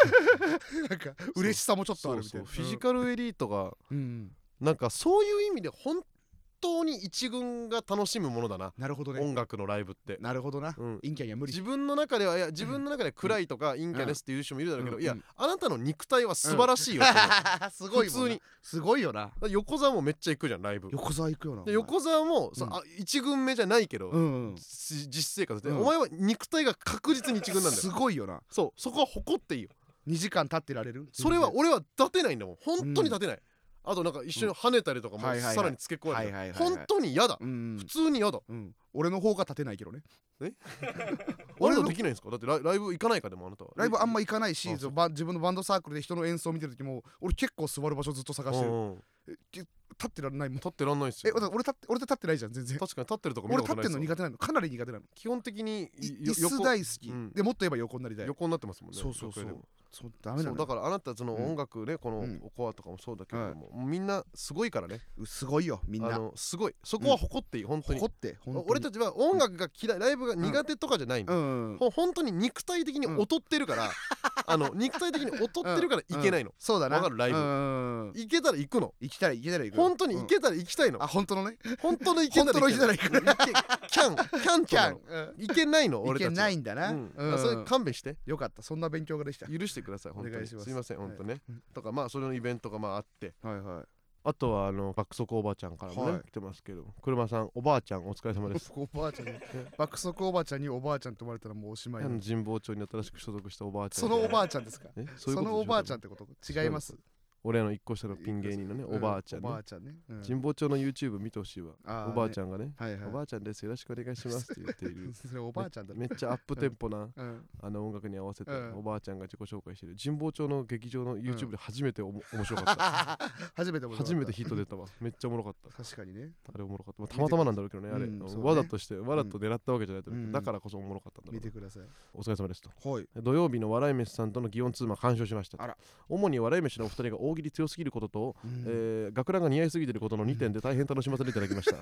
Speaker 2: 嬉しさもちょっと
Speaker 1: そ
Speaker 2: あ
Speaker 1: う
Speaker 2: るみた
Speaker 1: そ
Speaker 2: いうな
Speaker 1: フィジカルエリートが
Speaker 2: うん
Speaker 1: なんかそういう意味で本当に一軍が楽しむものだな、
Speaker 2: なるほどね
Speaker 1: 音楽のライブって、
Speaker 2: なるほどな
Speaker 1: うん、
Speaker 2: 陰キャには無理
Speaker 1: 自分の中ではいや自分の中で暗いとか陰キャですっていう人もいるだろうけど、
Speaker 2: うん
Speaker 1: いや
Speaker 2: うん
Speaker 1: あなたの肉体は素晴らしいよ、それはだか
Speaker 2: すごいもん
Speaker 1: 普通
Speaker 2: な
Speaker 1: に
Speaker 2: すごいよな
Speaker 1: ら横澤もめっちゃ行くじゃんライブ
Speaker 2: 横沢行くよなお
Speaker 1: で
Speaker 2: 前
Speaker 1: 横澤も、そう
Speaker 2: うん
Speaker 1: あ一軍目じゃないけど、
Speaker 2: うんうん
Speaker 1: し実生活で、
Speaker 2: うん
Speaker 1: お前は肉体が確実に一軍なんだ
Speaker 2: す
Speaker 1: よ
Speaker 2: ごいよな
Speaker 1: そうそこは誇っていいよ
Speaker 2: 2時間立ってられる
Speaker 1: それは俺は立てないんだもん本当に立てない、あとなんか一緒に跳ねたりとかも
Speaker 2: はいはいはい
Speaker 1: さらに付け加え
Speaker 2: はいはいはい
Speaker 1: て
Speaker 2: はい
Speaker 1: 本当に嫌だ、
Speaker 2: うん
Speaker 1: 普通に嫌だ
Speaker 2: うん俺の方が立てないけどね
Speaker 1: 俺
Speaker 2: 俺の
Speaker 1: らできないんですかだってライライブ行かないかでもあなたは
Speaker 2: ライブあんま行かない
Speaker 1: あ
Speaker 2: し
Speaker 1: そう
Speaker 2: ば自分のバンドサークルで人の演奏を見てる時も俺結構座る場所ずっと探して
Speaker 1: う
Speaker 2: る
Speaker 1: んうん立
Speaker 2: 立ってられないもん
Speaker 1: ってらんないっす
Speaker 2: え
Speaker 1: よ
Speaker 2: 俺俺立って俺って立ってないじゃん 全然
Speaker 1: 確かに立ってるとこ見
Speaker 2: 俺
Speaker 1: たこ
Speaker 2: 立
Speaker 1: と
Speaker 2: っ
Speaker 1: ない
Speaker 2: て
Speaker 1: っすよ
Speaker 2: んの苦手なのかなり苦手なの
Speaker 1: 基本的に
Speaker 2: い
Speaker 1: よ
Speaker 2: 椅子大好き
Speaker 1: うん
Speaker 2: でもっと言えば横になりたい
Speaker 1: 横になってますもんね
Speaker 2: そうそうそう
Speaker 1: 楽屋でも
Speaker 2: そうダメな
Speaker 1: そ
Speaker 2: の
Speaker 1: う
Speaker 2: だ
Speaker 1: だ
Speaker 2: か
Speaker 1: からあなたその
Speaker 2: うん
Speaker 1: 音楽ねこの
Speaker 2: うん
Speaker 1: コアとかもそうだけれども、もうみんなすごいからね
Speaker 2: らすごいよみん
Speaker 1: あ
Speaker 2: な
Speaker 1: のすごいそこは誇っていい、本当に
Speaker 2: 怒って本当に
Speaker 1: 俺たちは音楽が嫌いライブが苦手とかじゃないんだ、
Speaker 2: うんうん
Speaker 1: ほ本当に肉体的に
Speaker 2: うん
Speaker 1: 劣ってるから、 あの肉体的に劣ってるから行けないの、
Speaker 2: そうだな
Speaker 1: わかるライブ
Speaker 2: うんうんうん
Speaker 1: 行けたら行くの
Speaker 2: 行きたら行けたら行くよ
Speaker 1: 本当に行けたら行きたいの、
Speaker 2: うんあ本当のね
Speaker 1: 本当の行けたら
Speaker 2: 本当の行けたら行く
Speaker 1: 行けキャンキャンと
Speaker 2: キ
Speaker 1: なの
Speaker 2: ャンうん
Speaker 1: 行けないの
Speaker 2: 行
Speaker 1: 俺た
Speaker 2: け
Speaker 1: ちは
Speaker 2: ないんだな
Speaker 1: うん
Speaker 2: うん
Speaker 1: あそれ勘弁して
Speaker 2: よかったそんな勉強ができた
Speaker 1: 許してください本当
Speaker 2: お願
Speaker 1: に
Speaker 2: いします
Speaker 1: すいません本当ね、
Speaker 2: うん
Speaker 1: とかまあそれのイベントがまああって
Speaker 2: はいはい
Speaker 1: あとはあの爆速おばあちゃんからもね、
Speaker 2: はい
Speaker 1: 来てますけど車さんおばあちゃんお疲れ様です
Speaker 2: おばあちゃんに爆速おばあちゃんにおばあちゃんと思われたらもうおしまい
Speaker 1: あ
Speaker 2: な
Speaker 1: の神保町に新しく所属したおばあちゃん
Speaker 2: そのおば
Speaker 1: あ
Speaker 2: あちゃんですか
Speaker 1: えそう
Speaker 2: そ
Speaker 1: いうことでしょ
Speaker 2: のおばあちゃんってこと違います
Speaker 1: 俺の一個下のピン芸人のねおばあちゃんね
Speaker 2: おばあちゃんねうん
Speaker 1: 神保町の YouTube 見てほしいわ
Speaker 2: あー
Speaker 1: おばあちゃんがね
Speaker 2: はいはい
Speaker 1: おばあちゃんですよろしくお願いしますって言っている
Speaker 2: それおばあちゃんだね
Speaker 1: めっちゃアップテンポな
Speaker 2: うん
Speaker 1: あの音楽に合わせて
Speaker 2: うん
Speaker 1: おばあちゃんが自己紹介してる神保町の劇場の YouTube で初めておも面 白かった
Speaker 2: 初めて面白かった
Speaker 1: 初めてヒット出たわめっちゃおもろかった
Speaker 2: 確かにね
Speaker 1: あれおもろかった、まあ、たまたまなんだろうけどねあれ、
Speaker 2: うんそうね
Speaker 1: わざとしてわざと狙ったわけじゃないと思うけど
Speaker 2: うん
Speaker 1: だからこそおもろかったんだろ
Speaker 2: 見
Speaker 1: うな
Speaker 2: てください
Speaker 1: お疲れ様ですと
Speaker 2: はい
Speaker 1: 土曜日の笑い飯さんとの祇園ツーマン鑑賞しましたと
Speaker 2: あら
Speaker 1: 主に笑い飯のお二人が大喜利強すぎることと、
Speaker 2: うん
Speaker 1: えー学ランが似合いすぎてることの2点で大変楽しませていただき ました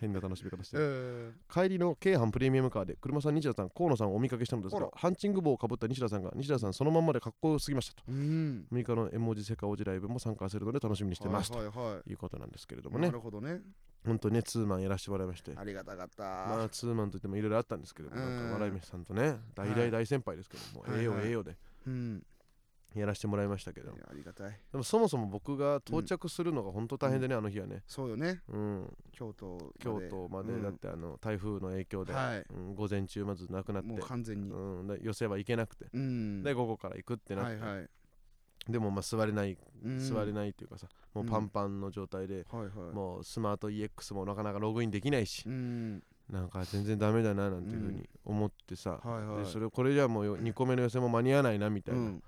Speaker 1: 変な楽しみ方して
Speaker 2: う
Speaker 1: る
Speaker 2: ん
Speaker 1: 帰りの京阪プレミアムカーで車さん西田さん河野さんをお見かけしたのです
Speaker 2: あ
Speaker 1: が
Speaker 2: ら
Speaker 1: ハンチング帽をかぶった西田さんが西田さんそのまんまでかっこよすぎましたと
Speaker 2: うん
Speaker 1: 6日の絵文字セカオジライブも参加するので楽しみにしてますと
Speaker 2: はいはいはい
Speaker 1: いうことなんですけれども
Speaker 2: な
Speaker 1: ね
Speaker 2: るほどね
Speaker 1: 本当にねツーマンやらせてもらいまして
Speaker 2: ありがたかった
Speaker 1: まあツーマンといってもいろいろあったんですけれども、なん
Speaker 2: うん
Speaker 1: か笑い飯さんとね大
Speaker 2: は
Speaker 1: 大
Speaker 2: い
Speaker 1: 大先輩ですけども、
Speaker 2: はい
Speaker 1: ええよ
Speaker 2: はい
Speaker 1: ええよで
Speaker 2: うん
Speaker 1: やらせてもらいましたけ
Speaker 2: い
Speaker 1: ど
Speaker 2: やありがたい
Speaker 1: でもそもそも僕が到着するのが本当大変でね、あの日はね、
Speaker 2: そうよね
Speaker 1: うん、
Speaker 2: 京都ま
Speaker 1: 京
Speaker 2: で
Speaker 1: 都まで
Speaker 2: うん
Speaker 1: だってあの台風の影響で、
Speaker 2: はい
Speaker 1: うん午前中まずなくなって
Speaker 2: もう、完全に
Speaker 1: うん、で寄せば行けなくて、
Speaker 2: うん
Speaker 1: で午後から行くってなっ
Speaker 2: は
Speaker 1: て、
Speaker 2: いはい
Speaker 1: でもまあ座れない座れ
Speaker 2: い
Speaker 1: ないっていうかさ、
Speaker 2: うん
Speaker 1: もうパンパンの状態で、
Speaker 2: はいはい
Speaker 1: もうスマート EX もなかなかログインできないし
Speaker 2: う、ん
Speaker 1: なんか全然ダメだななんていうふうに思ってさ、
Speaker 2: はいは
Speaker 1: で
Speaker 2: い
Speaker 1: それこれじゃもう2個目の予選も間に合わないなみたいうなん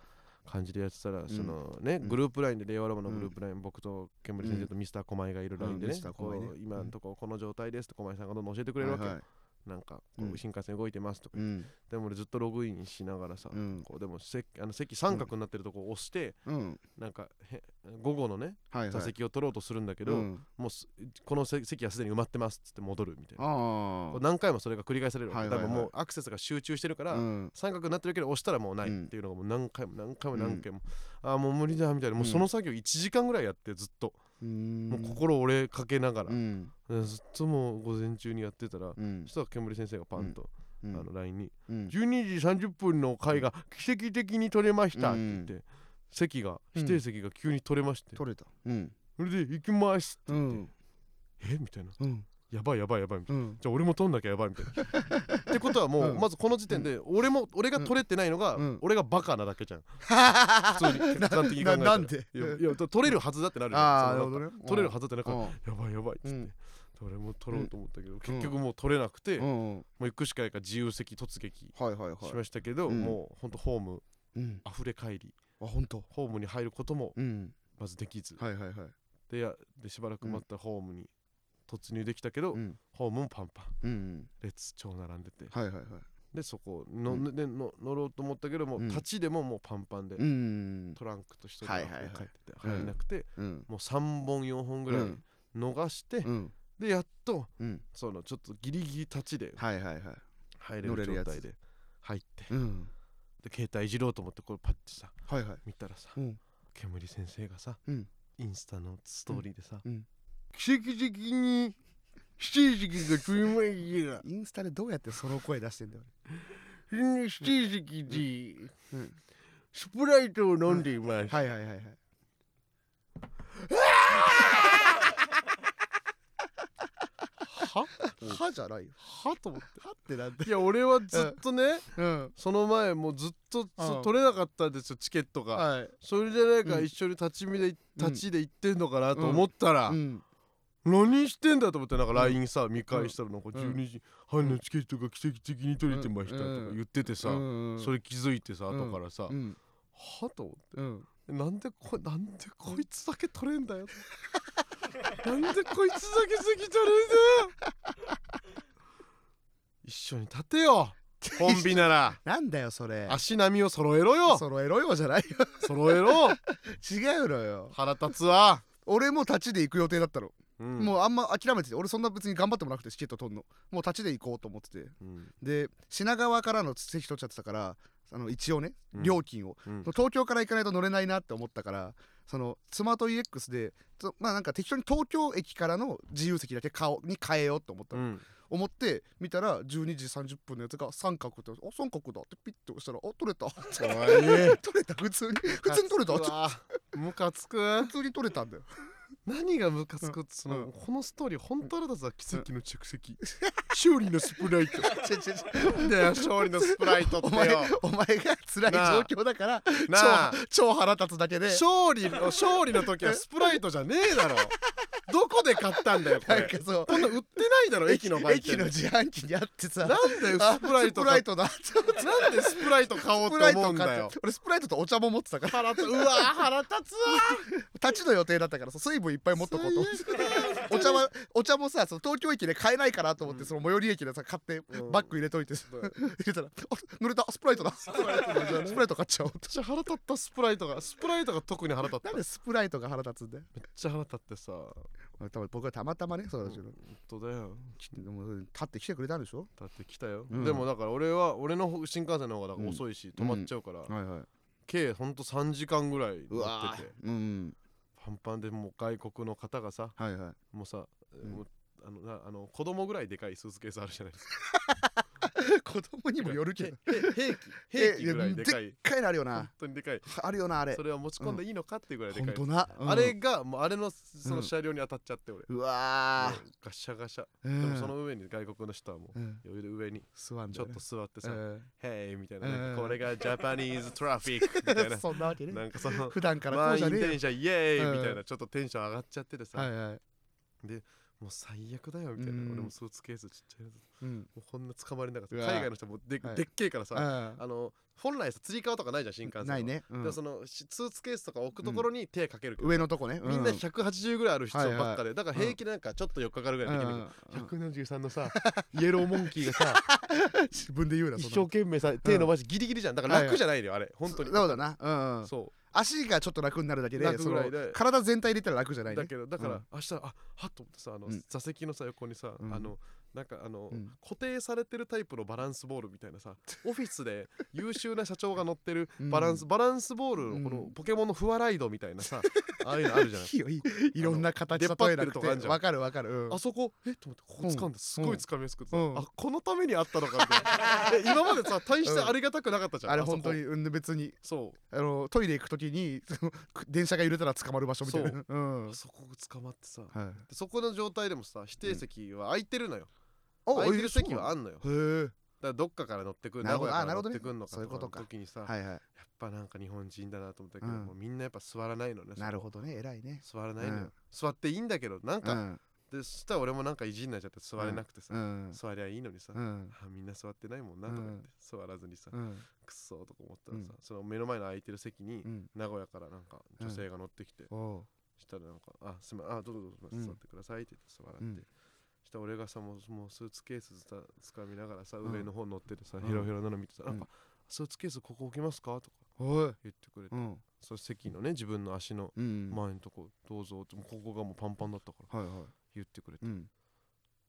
Speaker 1: 感じでやってたら、
Speaker 2: ん
Speaker 1: そのね、
Speaker 2: うん
Speaker 1: グループラインで令和ロマンのグループライン、僕と煙先生とミスター狛江がいるラインでね,
Speaker 2: うんミスター
Speaker 1: こ
Speaker 2: 狛江
Speaker 1: う、
Speaker 2: ね
Speaker 1: 今のとここの状態ですと狛江さんがどんどん教えてくれるわけよ、
Speaker 2: はいはい
Speaker 1: なんかこ
Speaker 2: う
Speaker 1: うん新幹線動いてますとか、
Speaker 2: うん
Speaker 1: でも俺ずっとログインしながらさ、
Speaker 2: うん
Speaker 1: こうでも席あの席三角になってるとこを押して、
Speaker 2: うん
Speaker 1: なんかへ午後のね
Speaker 2: はいはい
Speaker 1: 座席を取ろうとするんだけど、
Speaker 2: うん
Speaker 1: もうすこのせ席はすでに埋まってますっつって戻るみたいな。
Speaker 2: あ
Speaker 1: こう
Speaker 2: あ
Speaker 1: 何回もそれが繰り返されるわけ、
Speaker 2: はいはいはい
Speaker 1: 多分もうアクセスが集中してるから、
Speaker 2: うん
Speaker 1: 三角になってるけど押したらもうないっ
Speaker 2: うん
Speaker 1: ていうのがもう何回も何回も何回も、ああもう無理だみたいなもううんその作業1時間ぐらいやってずっと、
Speaker 2: うん
Speaker 1: もう心折れかけながら
Speaker 2: う、ん
Speaker 1: でずっともう午前中にやってたら、
Speaker 2: うん
Speaker 1: そしたら煙先生がパンと、
Speaker 2: うん
Speaker 1: あの LINE に
Speaker 2: うん
Speaker 1: 「12時30分の回が奇跡的に取れました」っ
Speaker 2: う
Speaker 1: て
Speaker 2: ん
Speaker 1: 言って、席が指定席が急に取れまして、
Speaker 2: 取れたうん
Speaker 1: それで「行きます」って
Speaker 2: う
Speaker 1: 言って
Speaker 2: ん
Speaker 1: えみたいな
Speaker 2: うん
Speaker 1: 「やばいやばいやばい」みたいな。
Speaker 2: うん
Speaker 1: じゃあ俺も取んなきゃやばいみたい な。ってことはもう、
Speaker 2: うん
Speaker 1: まずこの時点で俺も俺が取れてないのが、
Speaker 2: うん
Speaker 1: 俺がバカなだけ じゃん。普通に客観的に考えた
Speaker 2: 普
Speaker 1: ら
Speaker 2: なんで
Speaker 1: いやいや取れるはずだってなるじゃん
Speaker 2: ああ
Speaker 1: そ
Speaker 2: な
Speaker 1: の
Speaker 2: るほどね
Speaker 1: 取れるはずだってなんか
Speaker 2: うん
Speaker 1: やばいやばいっつって、
Speaker 2: うん
Speaker 1: で俺も取ろうと思ったけど、結局もう取れなくて、
Speaker 2: う
Speaker 1: も
Speaker 2: んうん
Speaker 1: う行くしかないから自由席突撃し
Speaker 2: はいはいはい
Speaker 1: ましたけど、
Speaker 2: うん
Speaker 1: もうほんとホーム
Speaker 2: うんあ
Speaker 1: 溢れ返り
Speaker 2: 本当
Speaker 1: ホームに入ることも
Speaker 2: うん
Speaker 1: まずできず、
Speaker 2: はいはいはい
Speaker 1: でやでしばらく待ったらホームに突入できたけど、
Speaker 2: うん
Speaker 1: ホームもパンパン
Speaker 2: うん
Speaker 1: 列超並んでて
Speaker 2: はいはいはい
Speaker 1: でそこの、
Speaker 2: うん
Speaker 1: での乗ろうと思ったけども、
Speaker 2: うん
Speaker 1: 立ちでももうパンパンで、
Speaker 2: うん
Speaker 1: トランクと人で
Speaker 2: はいはいはい
Speaker 1: 帰ってて
Speaker 2: うん
Speaker 1: 入れなくて、
Speaker 2: うん
Speaker 1: もう3本4本ぐらい
Speaker 2: うん
Speaker 1: 逃して、
Speaker 2: うん
Speaker 1: でやっと
Speaker 2: うん
Speaker 1: そのちょっとギリギリ立ちで
Speaker 2: はいはいはい
Speaker 1: 入れ
Speaker 2: 乗れ
Speaker 1: る
Speaker 2: る
Speaker 1: 状
Speaker 2: や
Speaker 1: 態
Speaker 2: つ
Speaker 1: で入って
Speaker 2: うん
Speaker 1: で携帯いじろうと思ってこれパッてさ
Speaker 2: はいはい
Speaker 1: 見たらさ
Speaker 2: うん
Speaker 1: 煙先生がさ、
Speaker 2: うん
Speaker 1: インスタのストーリーでさ、
Speaker 2: うん
Speaker 3: 奇跡的に指定席が取りました
Speaker 2: インスタでどうやってその声出してんだよ
Speaker 3: その指定席で、スプライトを飲んでいます、
Speaker 2: 俺はいはいはいはい
Speaker 1: は
Speaker 2: 歯じゃないよ
Speaker 1: はと思って
Speaker 2: 歯ってなんて
Speaker 1: いや俺はずっとね
Speaker 2: うん
Speaker 1: その前もうずっとそ
Speaker 2: うん
Speaker 1: 取れなかったんですよチケットが
Speaker 2: はい
Speaker 1: それじゃないから
Speaker 2: うん
Speaker 1: 一緒に立ち見で立ちで行ってんのかなと思ったら
Speaker 2: うん
Speaker 1: 何してんだと思ってなんか LINE さ見返したらなんか
Speaker 2: ん
Speaker 1: 12時半のチケットが奇跡的に取れてましたとか言っててさ
Speaker 2: うん
Speaker 1: それ気づいてさ
Speaker 2: うん
Speaker 1: 後からさ
Speaker 2: うん
Speaker 1: はと思って
Speaker 2: うん
Speaker 1: なんでこなんでこいつだけ取れんだよ なんでこいつだけ席取れんだよ一緒に立てよコンビなら
Speaker 2: なんだよそれ
Speaker 1: 足並みを揃えろよ
Speaker 2: 揃えろよじゃない よ
Speaker 1: 揃えろ
Speaker 2: 違うのよ
Speaker 1: 腹立つわ、
Speaker 2: 俺も立ちで行く予定だったの、
Speaker 1: うん
Speaker 2: もうあんま諦めてて俺そんな別に頑張ってもなくてチケット取んのもう立ちで行こうと思ってて
Speaker 1: うん
Speaker 2: で品川からの席取っちゃってたからあの一応ね
Speaker 1: うん
Speaker 2: 料金を、
Speaker 1: うん
Speaker 2: 東京から行かないと乗れないなって思ったからそのスマート EX でそまあなんか適当に東京駅からの自由席だけ顔に変えようと思った
Speaker 1: う
Speaker 2: の、
Speaker 1: ん
Speaker 2: 思って見たら12時30分のやつが三角ってあ三角だってピッて押したらあ取れた
Speaker 1: かわいい
Speaker 2: 取れた普 通に普通に取れた
Speaker 1: ムカつくわムカつく
Speaker 2: 普通に取れたんだよ
Speaker 1: 何がムカつくってその、
Speaker 2: うん
Speaker 1: このストーリー本当あなたさ奇跡の着 席、勝利のスプライト
Speaker 2: ちょちょちょ
Speaker 1: なんだよ勝利のスプライトって
Speaker 2: お
Speaker 1: よ
Speaker 2: 前お前が辛い
Speaker 1: なあ
Speaker 2: 状況だから
Speaker 1: なあ
Speaker 2: 超超腹立つだけで
Speaker 1: 勝利の勝利の時はスプライトじゃねえだろどこで買ったんだよこ
Speaker 2: なん
Speaker 1: れ
Speaker 2: かそう
Speaker 1: こんな売ってないだろ駅の売
Speaker 2: 駅
Speaker 1: 店
Speaker 2: の
Speaker 1: で
Speaker 2: 自販機にあって
Speaker 1: な
Speaker 2: さ
Speaker 1: んだよ
Speaker 2: あ
Speaker 1: スプライト
Speaker 2: スプラ
Speaker 1: 買
Speaker 2: イ
Speaker 1: っ
Speaker 2: トだ
Speaker 1: なんでスプライト買おう
Speaker 2: ス
Speaker 1: と
Speaker 2: プライト
Speaker 1: 思うんだ
Speaker 2: 買っ
Speaker 1: よ
Speaker 2: て俺スプライトとお茶も持ってたから
Speaker 1: 腹立うわ腹立つわ
Speaker 2: 立ちの予定だったからさ水分いっぱい持っとこうと思ってお茶はお茶もさその東京駅で買えないかなと思って、その最寄り駅でさ買って
Speaker 1: うん
Speaker 2: バッグ入れといて さ、入れたらあ濡れたスプライトだスプライト買っちゃおうと
Speaker 1: めっちゃ腹立ったスプライトがスプライトが特に腹立った
Speaker 2: なん
Speaker 1: め
Speaker 2: で
Speaker 1: っ
Speaker 2: スプライトが腹立つんだよ
Speaker 1: ちゃ腹立ってさ
Speaker 2: 多分僕はたまたまねそうだけど、
Speaker 1: 本当だよ
Speaker 2: でも立ってきてくれたんでしょ
Speaker 1: だって来たよ、
Speaker 2: うん
Speaker 1: でもだから俺は俺の新幹線の方がだから遅いし、止まっちゃうから、
Speaker 2: はいはい
Speaker 1: 計ほんと3時間ぐらい乗ってて
Speaker 2: うん
Speaker 1: パンパンでもう外国の方がさ
Speaker 2: はいはい
Speaker 1: もうさ、
Speaker 2: ん
Speaker 1: もうあのなあの子供ぐらいでかいスーツケースあるじゃないですか。
Speaker 2: 子供にもよるけど
Speaker 1: へへ兵器兵器ぐらいでか
Speaker 2: で
Speaker 1: い
Speaker 2: っ。かいのあるよ
Speaker 1: 本
Speaker 2: な
Speaker 1: 当にでかい。
Speaker 2: あるよなあれ
Speaker 1: それは持ち込んでいいのかっていうぐらいで
Speaker 2: ほ
Speaker 1: か
Speaker 2: ん
Speaker 1: い。
Speaker 2: とな、うん
Speaker 1: あれがもうあれのその
Speaker 2: うん
Speaker 1: 車両に当たっちゃって俺。
Speaker 2: うわ
Speaker 1: もうガシャガシャ。
Speaker 2: ー、う
Speaker 1: で
Speaker 2: ん
Speaker 1: もその上に外国の人はもう
Speaker 2: うん、
Speaker 1: 余裕で上に
Speaker 2: すわん
Speaker 1: ち
Speaker 2: だ
Speaker 1: ょ
Speaker 2: よ
Speaker 1: っ
Speaker 2: ね
Speaker 1: と座ってさ
Speaker 2: う、
Speaker 1: へいみたい
Speaker 2: うん
Speaker 1: ななんかこれがジャパニーズトラフィックみたい
Speaker 2: ん そんなわけ
Speaker 1: な。な
Speaker 2: ね
Speaker 1: んかその
Speaker 2: 普段からこ
Speaker 1: 満
Speaker 2: うじゃ
Speaker 1: 員
Speaker 2: ねえよ
Speaker 1: 電車イエーイみたい
Speaker 2: うん
Speaker 1: なちょっとテンション上がっちゃってて
Speaker 2: は
Speaker 1: さ、
Speaker 2: いはい、
Speaker 1: もう最悪だよみたい
Speaker 2: うん
Speaker 1: な。俺もスーツケースちっちゃいやつ。
Speaker 2: うん
Speaker 1: もうこんな捕まりなかった
Speaker 2: うわ
Speaker 1: 海外の人もで,、
Speaker 2: はい
Speaker 1: でっけえからさ、
Speaker 2: あ
Speaker 1: あの本来さつり革とかないじゃん新幹線は
Speaker 2: ないね、う
Speaker 1: で
Speaker 2: ん
Speaker 1: もそのしスーツケースとか置くところに手かけるけど、
Speaker 2: 上のとこね、う
Speaker 1: みんな180ぐらいある必要ばっかで、
Speaker 2: はい
Speaker 1: だから平気でなんかちょっと4日かかるぐらいできるんだ
Speaker 2: う
Speaker 1: け
Speaker 2: ん
Speaker 1: ど、173のさイエローモンキーが さ
Speaker 2: 自分で言うな
Speaker 1: 一
Speaker 2: そんな
Speaker 1: 生懸命さ手伸ばしギリギリじゃんだから楽じゃないのよあれ本当に、
Speaker 2: そうだな、うんうん、
Speaker 1: そ
Speaker 2: 足がちょっと楽になるだけで
Speaker 1: 楽
Speaker 2: そ
Speaker 1: ぐら
Speaker 2: の
Speaker 1: いで
Speaker 2: 体全体で言ったら楽じゃな
Speaker 1: う
Speaker 2: いね
Speaker 1: だけどだから、
Speaker 2: うん
Speaker 1: 明日あはっと思ってさあの、
Speaker 2: うん
Speaker 1: 座席のさ横にさ、
Speaker 2: うん
Speaker 1: あのなんかあの、
Speaker 2: うん
Speaker 1: 固定されてるタイプのバランスボールみたいなさオフィスで優秀な社長が乗ってる
Speaker 2: うん
Speaker 1: バランス、バランスボールのこ
Speaker 2: う
Speaker 1: の
Speaker 2: ん
Speaker 1: ポケモンのフワライドみたいなさ、 ああいうのあるじゃない
Speaker 2: いいよいいいろんな形
Speaker 1: 出っ張って
Speaker 2: 例
Speaker 1: る
Speaker 2: えなく
Speaker 1: とこあん
Speaker 2: て
Speaker 1: じゃん
Speaker 2: わかるわかる、うん
Speaker 1: あそこえっと思ってここ掴んですごい掴みやすくてさ、
Speaker 2: うん
Speaker 1: あこのためにあったのかみたい なえ今までさ大してありがたくなかったじゃん、
Speaker 2: あれ
Speaker 1: そこ
Speaker 2: 本当にうん別に
Speaker 1: そ
Speaker 2: あのトイレ行くときに そのく電車が揺れたら捕まる場所みたいな、
Speaker 1: そううんあそこ捕まってさ
Speaker 2: はい、
Speaker 1: でそこの状態でもさ指定席は空いてるのよ、
Speaker 2: お
Speaker 1: 空いてる席はあんのよだか
Speaker 2: へえ
Speaker 1: らどっかから乗ってくる
Speaker 2: な
Speaker 1: 名
Speaker 2: る
Speaker 1: 古
Speaker 2: ほど
Speaker 1: 屋から
Speaker 2: あなる
Speaker 1: 乗
Speaker 2: ほど
Speaker 1: っ
Speaker 2: ね
Speaker 1: てくるのか
Speaker 2: そういうことか
Speaker 1: の時にさ、やっ
Speaker 2: はいは
Speaker 1: ぱなんか日本人だなと思ったけど、
Speaker 2: うん
Speaker 1: もうみんなやっぱ座らないのね
Speaker 2: いなるほどね偉いね
Speaker 1: 座らないのよ、
Speaker 2: うん
Speaker 1: 座っていいんだけどなん
Speaker 2: う
Speaker 1: か、
Speaker 2: ん
Speaker 1: でそしたら俺もなんか意地になっちゃって座れなくてさ、
Speaker 2: うん
Speaker 1: 座りゃいいのにさ、
Speaker 2: うん
Speaker 1: あみんな座ってないもんなとか言って、座らずにさ、
Speaker 2: うん
Speaker 1: くっそーとか思ったらさ、
Speaker 2: う
Speaker 1: その目の前の空いてる席に
Speaker 2: うん
Speaker 1: 名古屋からなんか女性が乗ってきて、
Speaker 2: おう
Speaker 1: したらなんか「あすいませんあどうぞどうぞ
Speaker 2: うん
Speaker 1: 座ってください」って言って座られて、
Speaker 2: うん
Speaker 1: したら俺がさもうもうスーツケースさつかみながらさ、
Speaker 2: うん
Speaker 1: 上の方乗っててさ、
Speaker 2: ん
Speaker 1: ヘロヘロなの見てさ「
Speaker 2: うん
Speaker 1: やっぱスーツケースここ置きますか?」とか
Speaker 2: おい
Speaker 1: 言ってくれて、
Speaker 2: うん
Speaker 1: その席のね自分の足の
Speaker 2: うん
Speaker 1: 前のとこどうぞってもうここがもうパンパンだったから
Speaker 2: はいはい
Speaker 1: 言ってくれて
Speaker 2: うん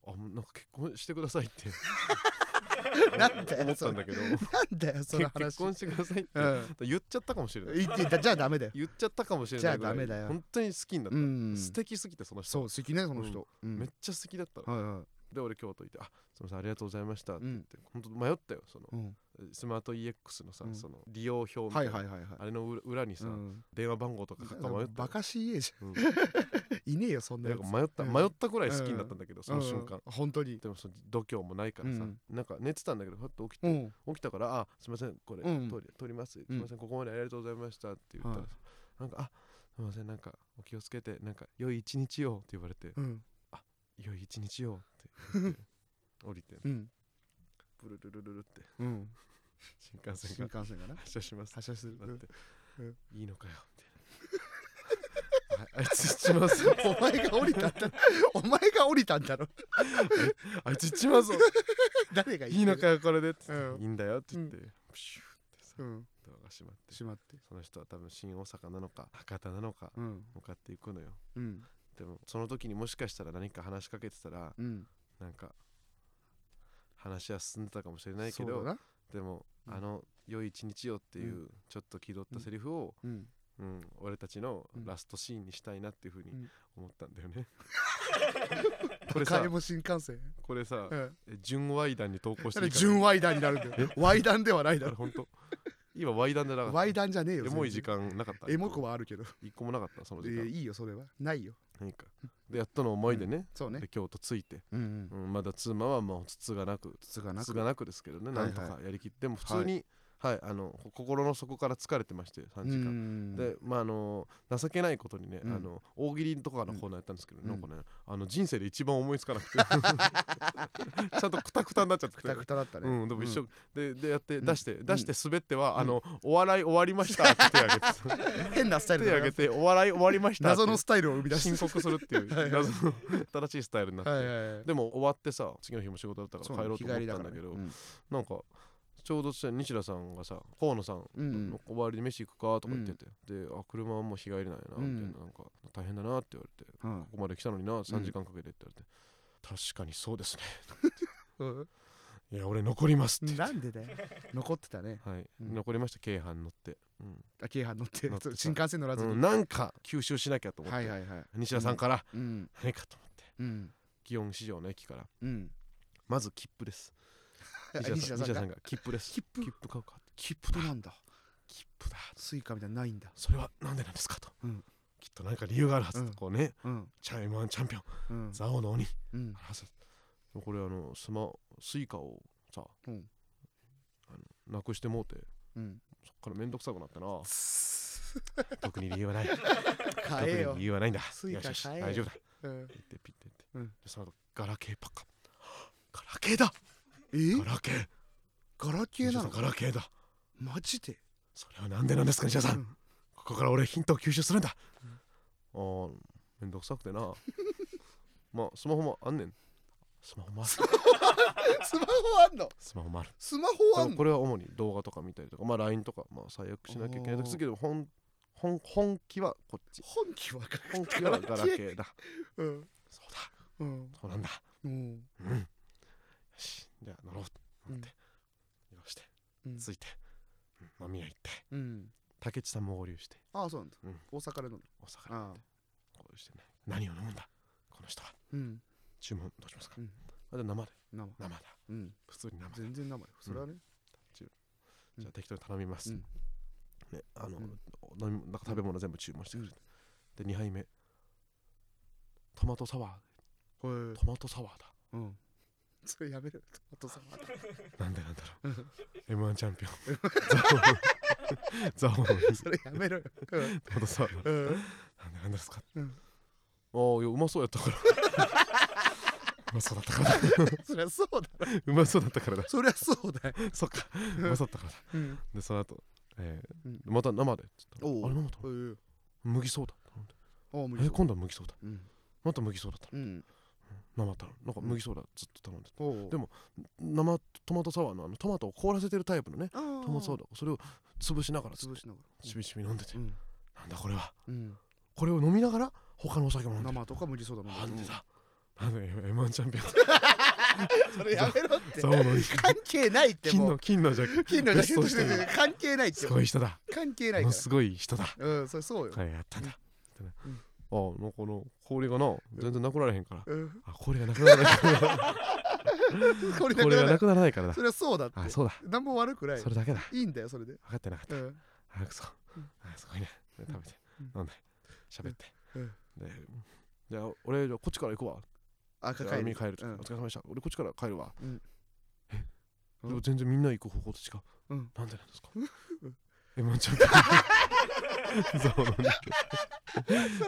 Speaker 1: あもうなんか結婚してくださいって
Speaker 2: なんだよ
Speaker 1: 思ったんだけど
Speaker 2: なんだよその
Speaker 1: 結
Speaker 2: 話
Speaker 1: 婚してくださいって
Speaker 2: うん
Speaker 1: 言っちゃったかもしれない
Speaker 2: 言ってたじゃあダメだよ
Speaker 1: 言っちゃったかもしれないぐらい
Speaker 2: じゃあダメだよ
Speaker 1: 本当に好きになっ
Speaker 2: う
Speaker 1: た、
Speaker 2: ん
Speaker 1: 素敵すぎてその人
Speaker 2: そう好きねその人うん
Speaker 1: めっちゃ素敵だったの、
Speaker 2: はいは
Speaker 1: で俺京都行って「あすみませんありがとうございました」っ
Speaker 2: い
Speaker 1: て
Speaker 2: う
Speaker 1: 言っ
Speaker 2: ん
Speaker 1: て、本当迷ったよその
Speaker 2: うん
Speaker 1: スマート EX のさ、
Speaker 2: うん
Speaker 1: その利用表みた
Speaker 2: はいい
Speaker 1: な、
Speaker 2: はいはいは
Speaker 1: あれの裏裏に
Speaker 2: い
Speaker 1: さ、
Speaker 2: うん
Speaker 1: 電話番号とか書くか迷った
Speaker 2: バカ CA じ
Speaker 1: うん
Speaker 2: ゃんいねえよそんな
Speaker 1: な
Speaker 2: や
Speaker 1: ん
Speaker 2: つ
Speaker 1: か迷った
Speaker 2: うん
Speaker 1: 迷ったくらい好きになったんだけど、その
Speaker 2: うん
Speaker 1: 瞬間、
Speaker 2: 本当に
Speaker 1: でもその度胸もないからさ、
Speaker 2: うん
Speaker 1: なんか寝てたんだけどふっと起きて、
Speaker 2: うん
Speaker 1: 起きたから「あすみませんこれ、
Speaker 2: うん
Speaker 1: 取り取りますすみませんここまでありがとうございました」って言ったらさ、
Speaker 2: はい
Speaker 1: なんか「あすみませんなんかお気をつけてなんか良い一日を」って言われて
Speaker 2: うん
Speaker 1: 「良い一日を」って言って 降りて
Speaker 2: うん
Speaker 1: ブルルルルルって
Speaker 2: うん
Speaker 1: 新幹線
Speaker 2: 新
Speaker 1: が
Speaker 2: 幹線がな
Speaker 1: 発車します
Speaker 2: 発車する
Speaker 1: なって、
Speaker 2: うん
Speaker 1: いいのかよみたいな ああいつ行っち まうぞ
Speaker 2: お前が降りたん だお前が降りたんだろ
Speaker 1: あいつ行っちまうぞ
Speaker 2: 誰が言ってる
Speaker 1: いいのかよこれでっつって、
Speaker 2: うん
Speaker 1: いいんだよって言って、プシューってさ
Speaker 2: うん
Speaker 1: ドアが閉まって
Speaker 2: しまって
Speaker 1: その人は多分新大阪なのか博多なのか
Speaker 2: うん
Speaker 1: 向かっていくのよ
Speaker 2: うん
Speaker 1: でもその時にもしかしたら何か話しかけてたら
Speaker 2: うん
Speaker 1: なんか話は進んでたかもしれないけ
Speaker 2: そう
Speaker 1: ど
Speaker 2: だな
Speaker 1: でも、
Speaker 2: うん
Speaker 1: あの「良い一日よ」っていう、ちょっと気取ったセリフを、
Speaker 2: うん
Speaker 1: うん、俺たちの
Speaker 2: うん
Speaker 1: ラストシーンにしたいなっていうふうに
Speaker 2: うん
Speaker 1: 思ったんだよ ね。こ
Speaker 2: こ
Speaker 1: れ
Speaker 2: れ
Speaker 1: さ
Speaker 2: も新幹線
Speaker 1: これさ
Speaker 2: う、ん
Speaker 1: え純猥談に投稿してい
Speaker 2: 誰
Speaker 1: いから
Speaker 2: 純ワイダンになるんだよワイダンではないだ
Speaker 1: こ
Speaker 2: ろ
Speaker 1: れほんと今猥談じゃなかった。
Speaker 2: ワイダンじゃねえよ
Speaker 1: エモい時
Speaker 2: 全
Speaker 1: 間なかった。
Speaker 2: 然エモくはあるけど
Speaker 1: 一個もなかった、その
Speaker 2: え
Speaker 1: 時
Speaker 2: ー
Speaker 1: 間。
Speaker 2: いいよそれはないよ
Speaker 1: 何か。で、やったの思いでね。
Speaker 2: そうね
Speaker 1: で、京都ついて、
Speaker 2: うんうん
Speaker 1: うん、まだ妻はもうつつがなく、つ
Speaker 2: つがな
Speaker 1: つ
Speaker 2: く
Speaker 1: がなくですけどね、
Speaker 2: はい
Speaker 1: な
Speaker 2: は
Speaker 1: ん
Speaker 2: い
Speaker 1: とかやりきって、でも普通に、はい、あの、こ心の底から疲れてまして、3時間。
Speaker 2: 間
Speaker 1: でまああの情けないことにね、
Speaker 2: うん
Speaker 1: あの大喜利とかのコーナーやったんですけど、
Speaker 2: うん
Speaker 1: なんかねあの人生で一番思いつかな くてちゃんとくたくたになっちゃって
Speaker 2: くたくただったね
Speaker 1: うん、でも一緒、ででやって
Speaker 2: ん
Speaker 1: 出して、出して滑っては、
Speaker 2: ん
Speaker 1: あのお笑い終わりま したって手挙げて
Speaker 2: うん 変なスタイル
Speaker 1: 手
Speaker 2: だ
Speaker 1: 挙
Speaker 2: な
Speaker 1: げてお笑い終わりましたって
Speaker 2: 謎のスタイルを生み出して
Speaker 1: 申告するっていう
Speaker 2: はいはい
Speaker 1: 謎の新しいスタイルになって、
Speaker 2: はいはいはい
Speaker 1: でも終わってさ次の日も仕事だったから
Speaker 2: そう
Speaker 1: 帰
Speaker 2: ね
Speaker 1: ろうと
Speaker 2: 日
Speaker 1: 思っ
Speaker 2: 帰り
Speaker 1: た
Speaker 2: だ
Speaker 1: ん
Speaker 2: か
Speaker 1: だけ
Speaker 2: らね
Speaker 1: ど、
Speaker 2: うん
Speaker 1: なんかちょうどさ西田さんがさ河野さん
Speaker 2: うんうん
Speaker 1: 終わりで飯行くかとか言ってて、であ車はもう日帰りなんやなみたいな,、
Speaker 2: うん
Speaker 1: なんか大変だなって言われて、
Speaker 2: うん
Speaker 1: ここまで来たのにな3時間かけてって言われて、確かにそうですねいや俺残りますって言っ
Speaker 2: な
Speaker 1: て
Speaker 2: ん でだよ残ってたね
Speaker 1: はい、
Speaker 2: うん
Speaker 1: 残りました京阪乗って、うん
Speaker 2: あ京阪乗って
Speaker 1: 乗ってた
Speaker 2: 新幹線乗らずに、
Speaker 1: うんなんか吸収しなきゃと思って、
Speaker 2: はいはいはい
Speaker 1: 西田さんから
Speaker 2: うん
Speaker 1: 何かと思って
Speaker 2: うん
Speaker 1: 祇園市場の駅から
Speaker 2: うん
Speaker 1: まず切符です 西田
Speaker 2: 西
Speaker 1: さん
Speaker 2: 田さんが
Speaker 1: 西田さんが切符です
Speaker 2: 切符
Speaker 1: 切符買うか
Speaker 2: 切符なんだ
Speaker 1: 切符だ
Speaker 2: スイカみたいなのないんだ
Speaker 1: それはなんでなんですかと、
Speaker 2: うん
Speaker 1: きっと何か理由があるはず、
Speaker 2: うん
Speaker 1: こうね
Speaker 2: うん
Speaker 1: チャイマンチャンピオン、
Speaker 2: うん
Speaker 1: ザオの鬼、
Speaker 2: うん
Speaker 1: あそうでもこれあのスマスイカをさ
Speaker 2: うん
Speaker 1: なくしてもうて
Speaker 2: うん
Speaker 1: そっからめんどくさくなってな 特に理由はない特
Speaker 2: 買え
Speaker 1: に
Speaker 2: よ
Speaker 1: 理由はないんだ
Speaker 2: スイカ
Speaker 1: よしよし
Speaker 2: 買えよ
Speaker 1: 大丈夫だ
Speaker 2: うん
Speaker 1: ピッてピッてって、
Speaker 2: うん
Speaker 1: でその後ガラケーパカガラケーだ
Speaker 2: え
Speaker 1: ガラケー
Speaker 2: ガラケーなの
Speaker 1: ガラケーだ
Speaker 2: マジで
Speaker 1: それはなんでなんですか西田さん、
Speaker 2: うん
Speaker 1: ここから俺ヒントを吸収するんだ、あーめんどくさくてなまあスマホもあんねんスマホもある
Speaker 2: スマホあんの
Speaker 1: スマホもある
Speaker 2: スマホ
Speaker 1: で
Speaker 2: あん
Speaker 1: も
Speaker 2: の
Speaker 1: これは主に動画とか見たりとか、まあ、LINE とか、まあ、最悪しなきゃいけない
Speaker 2: おー
Speaker 1: ですけど本本本気はこっち
Speaker 2: 本 気はガラ
Speaker 1: 本気はガラケーだ
Speaker 2: うん
Speaker 1: そうだ
Speaker 2: うん
Speaker 1: そうなんだ
Speaker 2: うん
Speaker 1: うんよしじゃあ乗ろうと思って、移動して
Speaker 2: うん
Speaker 1: ついて、うん飲み屋行って
Speaker 2: うん
Speaker 1: 竹内さんも合流して
Speaker 2: ああそうなんだ
Speaker 1: うん
Speaker 2: 大阪で飲む
Speaker 1: 大阪に行
Speaker 2: あ
Speaker 1: って
Speaker 2: あ
Speaker 1: 合流してね何を飲むんだこの人は
Speaker 2: うん
Speaker 1: 注文どうしますか、
Speaker 2: うん
Speaker 1: あで生で
Speaker 2: 生
Speaker 1: 生だ
Speaker 2: うん
Speaker 1: 普通に生
Speaker 2: 全然生よそれはねうん
Speaker 1: じゃあ適当に頼みます、
Speaker 2: うん
Speaker 1: ねあの、
Speaker 2: う
Speaker 1: 飲
Speaker 2: ん
Speaker 1: みなんか食べ物全部注文してくれて、で2杯目トマトサワ
Speaker 2: へ
Speaker 1: ー
Speaker 2: え
Speaker 1: トマトサワーだ
Speaker 2: うんそれやめろよお父さんまた
Speaker 1: なんでなんだろ う M1 チャンピオンザオザオの
Speaker 2: それやめろようん
Speaker 1: トマトサワーだ
Speaker 2: うん
Speaker 1: なんでなんですか、
Speaker 2: うん
Speaker 1: ああいやうまそうやったからうまそうだったからだ
Speaker 2: そりゃそうだろ
Speaker 1: うまそうだったからだ
Speaker 2: そりゃそうだよ
Speaker 1: そっかうまそうだったからだ
Speaker 2: うん
Speaker 1: でその後、えー
Speaker 2: うん
Speaker 1: また生でっつったら
Speaker 2: おう
Speaker 1: あれ生だ
Speaker 2: うん
Speaker 1: 麦そうだ
Speaker 2: ああ無
Speaker 1: え
Speaker 2: 理
Speaker 1: 今度は麦そうだ
Speaker 2: うん
Speaker 1: また麦そうだった
Speaker 2: うん
Speaker 1: 生頼むなんか麦ソーダずっと頼んでた
Speaker 2: おう
Speaker 1: でも生トマトサワーのあのトマトを凍らせてるタイプのね
Speaker 2: ああ
Speaker 1: トマトサワーだそれを潰しながらずっ
Speaker 2: 潰
Speaker 1: と
Speaker 2: しなが
Speaker 1: しびしび飲んでて
Speaker 2: らうん
Speaker 1: なんだこれは
Speaker 2: うん
Speaker 1: これを飲みながら他のお酒も飲んでる
Speaker 2: 生とか無理そうだもん
Speaker 1: なんでだなんで M1 チャンピオン
Speaker 2: それやめろって
Speaker 1: そうなんです
Speaker 2: 関係ないって
Speaker 1: 金
Speaker 2: も
Speaker 1: の
Speaker 2: う
Speaker 1: 金のジャック
Speaker 2: 金のジャケットし
Speaker 1: ベストして
Speaker 2: て関係ないって
Speaker 1: すごい人だ
Speaker 2: 関係な
Speaker 1: も
Speaker 2: いか
Speaker 1: のすごい人だ
Speaker 2: らうんそれそうよ
Speaker 1: はいやったんだ、みたいなあなんかこの氷がな全然なくならへんから、
Speaker 2: うん
Speaker 1: あ氷がなくならないからだ
Speaker 2: これだか
Speaker 1: 氷が
Speaker 2: ら
Speaker 1: な
Speaker 2: な
Speaker 1: くならないからだ
Speaker 2: それはそうだって
Speaker 1: あそうだ
Speaker 2: 何も悪くない
Speaker 1: それだけだ
Speaker 2: いいんだよそれで
Speaker 1: 分かってなかった
Speaker 2: うん
Speaker 1: あくそ
Speaker 2: うん
Speaker 1: あすごいね食べて
Speaker 2: うん
Speaker 1: 飲んで喋って
Speaker 2: うん
Speaker 1: でじゃあ俺じゃあこっちから行くわ
Speaker 2: 赤
Speaker 1: 海に帰る、
Speaker 2: うん
Speaker 1: お疲れ様でした俺こっちから帰るわ、
Speaker 2: うん
Speaker 1: え
Speaker 2: うん
Speaker 1: でも全然みんな行く方法と違う、
Speaker 2: うん
Speaker 1: なんでなんですか えもうちょっ とそうなんだ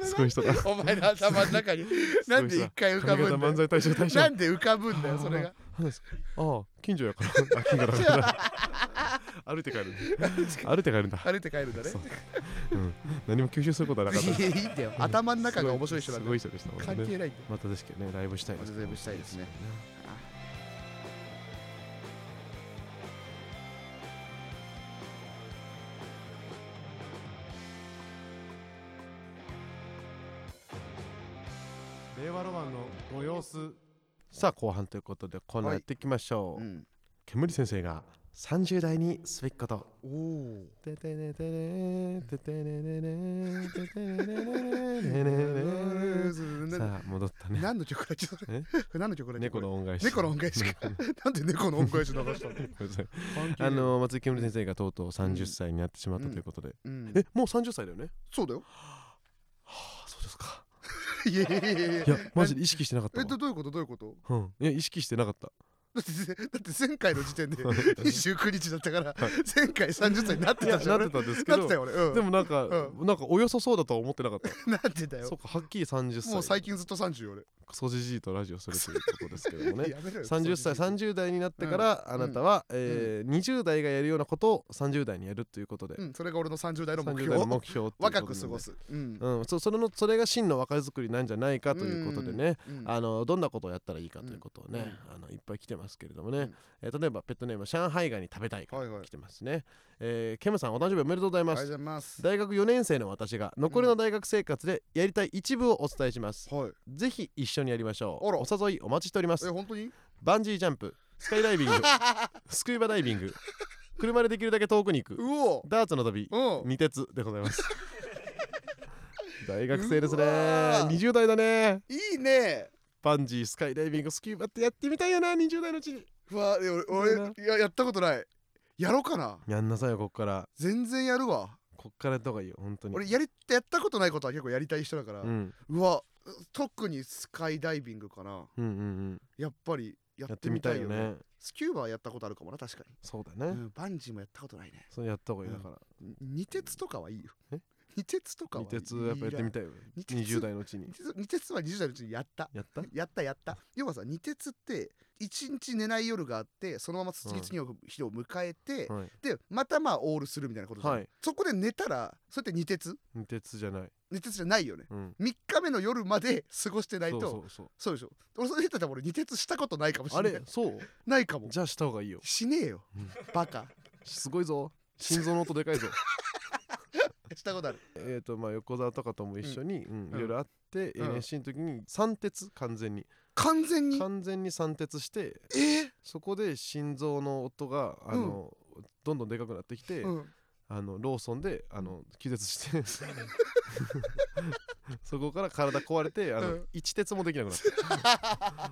Speaker 1: すごい人だ
Speaker 2: お前の頭の中になんで一回浮か
Speaker 1: 髪
Speaker 2: ぶ
Speaker 1: 型
Speaker 2: んだよ
Speaker 1: 漫才大賞大賞
Speaker 2: な
Speaker 1: なん
Speaker 2: んで浮かぶんだよそれが
Speaker 1: ですああ近所やから あ近所だから歩いて帰る歩いて帰るんだ
Speaker 2: 歩いて帰るんだね
Speaker 1: そううん何も吸収することはなかっ
Speaker 2: い
Speaker 1: た
Speaker 2: やいいんだよ頭の中が面白い人なん
Speaker 1: す
Speaker 2: だ
Speaker 1: ご
Speaker 2: よ
Speaker 1: い人でしたもんね
Speaker 2: 関係ないんだよ
Speaker 1: またですけどねライブしたいですけど
Speaker 2: またライブしたいですね
Speaker 1: 令和ロマンのご様子さあ後半ということでこんなーやっていきましょう、
Speaker 2: うん
Speaker 1: 煙先生が30代にすべきこと
Speaker 2: おお
Speaker 1: ててねてねててねねねててねねねねねねさあ戻ったね
Speaker 2: 何の曲だっけそれ
Speaker 1: え
Speaker 2: 何の曲だっけ
Speaker 1: 猫の恩返し
Speaker 2: 猫の恩返しか なんで猫の恩返し流 したの
Speaker 1: あの松井煙先生がとうとう30歳になってしまったということで、
Speaker 2: うん
Speaker 1: えもう30歳だよね
Speaker 2: そうだよ
Speaker 1: あそうですか
Speaker 2: いやいやいや いや
Speaker 1: いやマジで意識してなかった
Speaker 2: え
Speaker 1: わ
Speaker 2: どどういうことどういうこと
Speaker 1: うん、いや意識してなかった
Speaker 2: だってだって前回の時点で29日だったから前回30歳になって
Speaker 1: いや
Speaker 2: たじゃ
Speaker 1: なんって
Speaker 2: 俺
Speaker 1: たんですけ
Speaker 2: な って
Speaker 1: ど
Speaker 2: たよ俺うん
Speaker 1: でもなんか、
Speaker 2: う
Speaker 1: なんかおよそそうだとは思ってなかった
Speaker 2: なってたよ
Speaker 1: そうかはっきり30歳
Speaker 2: もう最近ずっと30俺
Speaker 1: クソじじいとラジオするということですけど もね
Speaker 2: やめろよ
Speaker 1: 30歳
Speaker 2: その時期
Speaker 1: 30代になってから、
Speaker 2: うん
Speaker 1: あなたは、えー20代がやるようなことを30代にやるということで、
Speaker 2: うんそれが俺の30代の目
Speaker 1: 30
Speaker 2: 標
Speaker 1: 代の目標っていうことな
Speaker 2: 若
Speaker 1: んで
Speaker 2: く過ごすうん
Speaker 1: うん、そそれのそれが真の若作りなんじゃないかということでね、
Speaker 2: うん
Speaker 1: あのどんなことをやったらいいかということをね、あのいっぱい来てますけれどもね、
Speaker 2: うん
Speaker 1: えー例えばペットネーム上海ガニ食べたいか
Speaker 2: はい
Speaker 1: ら
Speaker 2: はい
Speaker 1: 来てますね、えーケムさんお誕生日おめでとうござい
Speaker 2: ありが
Speaker 1: ま
Speaker 2: とうご
Speaker 1: す
Speaker 2: ざいます
Speaker 1: 大学4年生の私が残りの大学生活でやりたい一部をお伝えします、
Speaker 2: はい
Speaker 1: ぜひ一緒にやりましょ
Speaker 2: あら
Speaker 1: うお誘いお待ちしておりま
Speaker 2: え
Speaker 1: す
Speaker 2: 本当に
Speaker 1: バンジージャンプスカイダ イビングスクーバダイビング車でできるだけ遠くに行く
Speaker 2: うお
Speaker 1: ダーツの旅
Speaker 2: うん
Speaker 1: 二鉄でございます 大学生ですね
Speaker 2: うわー
Speaker 1: 20代だね
Speaker 2: いいね
Speaker 1: バンジースカイダイビングスキューバってやってみたいよな20代のうちに
Speaker 2: うわで俺
Speaker 1: いいな
Speaker 2: 俺いややったことないやろうかな
Speaker 1: やんなさいよこっから
Speaker 2: 全然やるわ
Speaker 1: こっからやった方がいいよ本当に
Speaker 2: 俺やりやったことないことは結構やりたい人だから
Speaker 1: うん、うん
Speaker 2: うわ特にスカイダイビングかな
Speaker 1: うんうん
Speaker 2: やっぱりや
Speaker 1: や
Speaker 2: っ
Speaker 1: って
Speaker 2: て
Speaker 1: み
Speaker 2: みた
Speaker 1: たい
Speaker 2: いよ
Speaker 1: よ
Speaker 2: ね
Speaker 1: ね
Speaker 2: スキューバはやったことあるかもな確か
Speaker 1: そうだね、
Speaker 2: に、うん、バンジーもやったことないね
Speaker 1: それやった方がいいだから、
Speaker 2: に二鉄とかはいいよ
Speaker 1: え
Speaker 2: 二鉄とかは
Speaker 1: 二
Speaker 2: いい
Speaker 1: 鉄やっぱやってみたいよ
Speaker 2: 二鉄
Speaker 1: 20代のうちに
Speaker 2: 二鉄二鉄は20代のうちにやった
Speaker 1: やった
Speaker 2: やったやった要はさ二鉄って一日寝ない夜があってそのまま次々の日を迎えて、
Speaker 1: はい
Speaker 2: でまたまあオールするみたいなことじゃん、
Speaker 1: はい
Speaker 2: そこで寝たらそれって二鉄
Speaker 1: 二鉄じゃない
Speaker 2: 二鉄じゃないよね
Speaker 1: うん
Speaker 2: 3日目の夜まで過ごしてない
Speaker 1: そ
Speaker 2: と
Speaker 1: う
Speaker 2: そう
Speaker 1: そうそう
Speaker 2: でしょ俺それ言ったら俺二鉄したことないかもし
Speaker 1: あ
Speaker 2: れな
Speaker 1: れ
Speaker 2: い
Speaker 1: そう
Speaker 2: ないかも
Speaker 1: じゃあした方がいいよ
Speaker 2: しねえよ、
Speaker 1: うん
Speaker 2: バ カ
Speaker 1: すごいぞ心臓の音でかいぞ
Speaker 2: したことある
Speaker 1: えっとまあ横澤とかとも一緒にうん
Speaker 2: うん
Speaker 1: いろいろあって
Speaker 2: うん
Speaker 1: NSC の時に三鉄完全に
Speaker 2: 完全に
Speaker 1: 完全に三鉄して
Speaker 2: えー
Speaker 1: そこで心臓の音があのどんどんでかくなってきて
Speaker 2: うん、
Speaker 1: あのローソンであの気絶して そこから体壊れてあ
Speaker 2: う
Speaker 1: の
Speaker 2: ん
Speaker 1: 一鉄もできなくなっ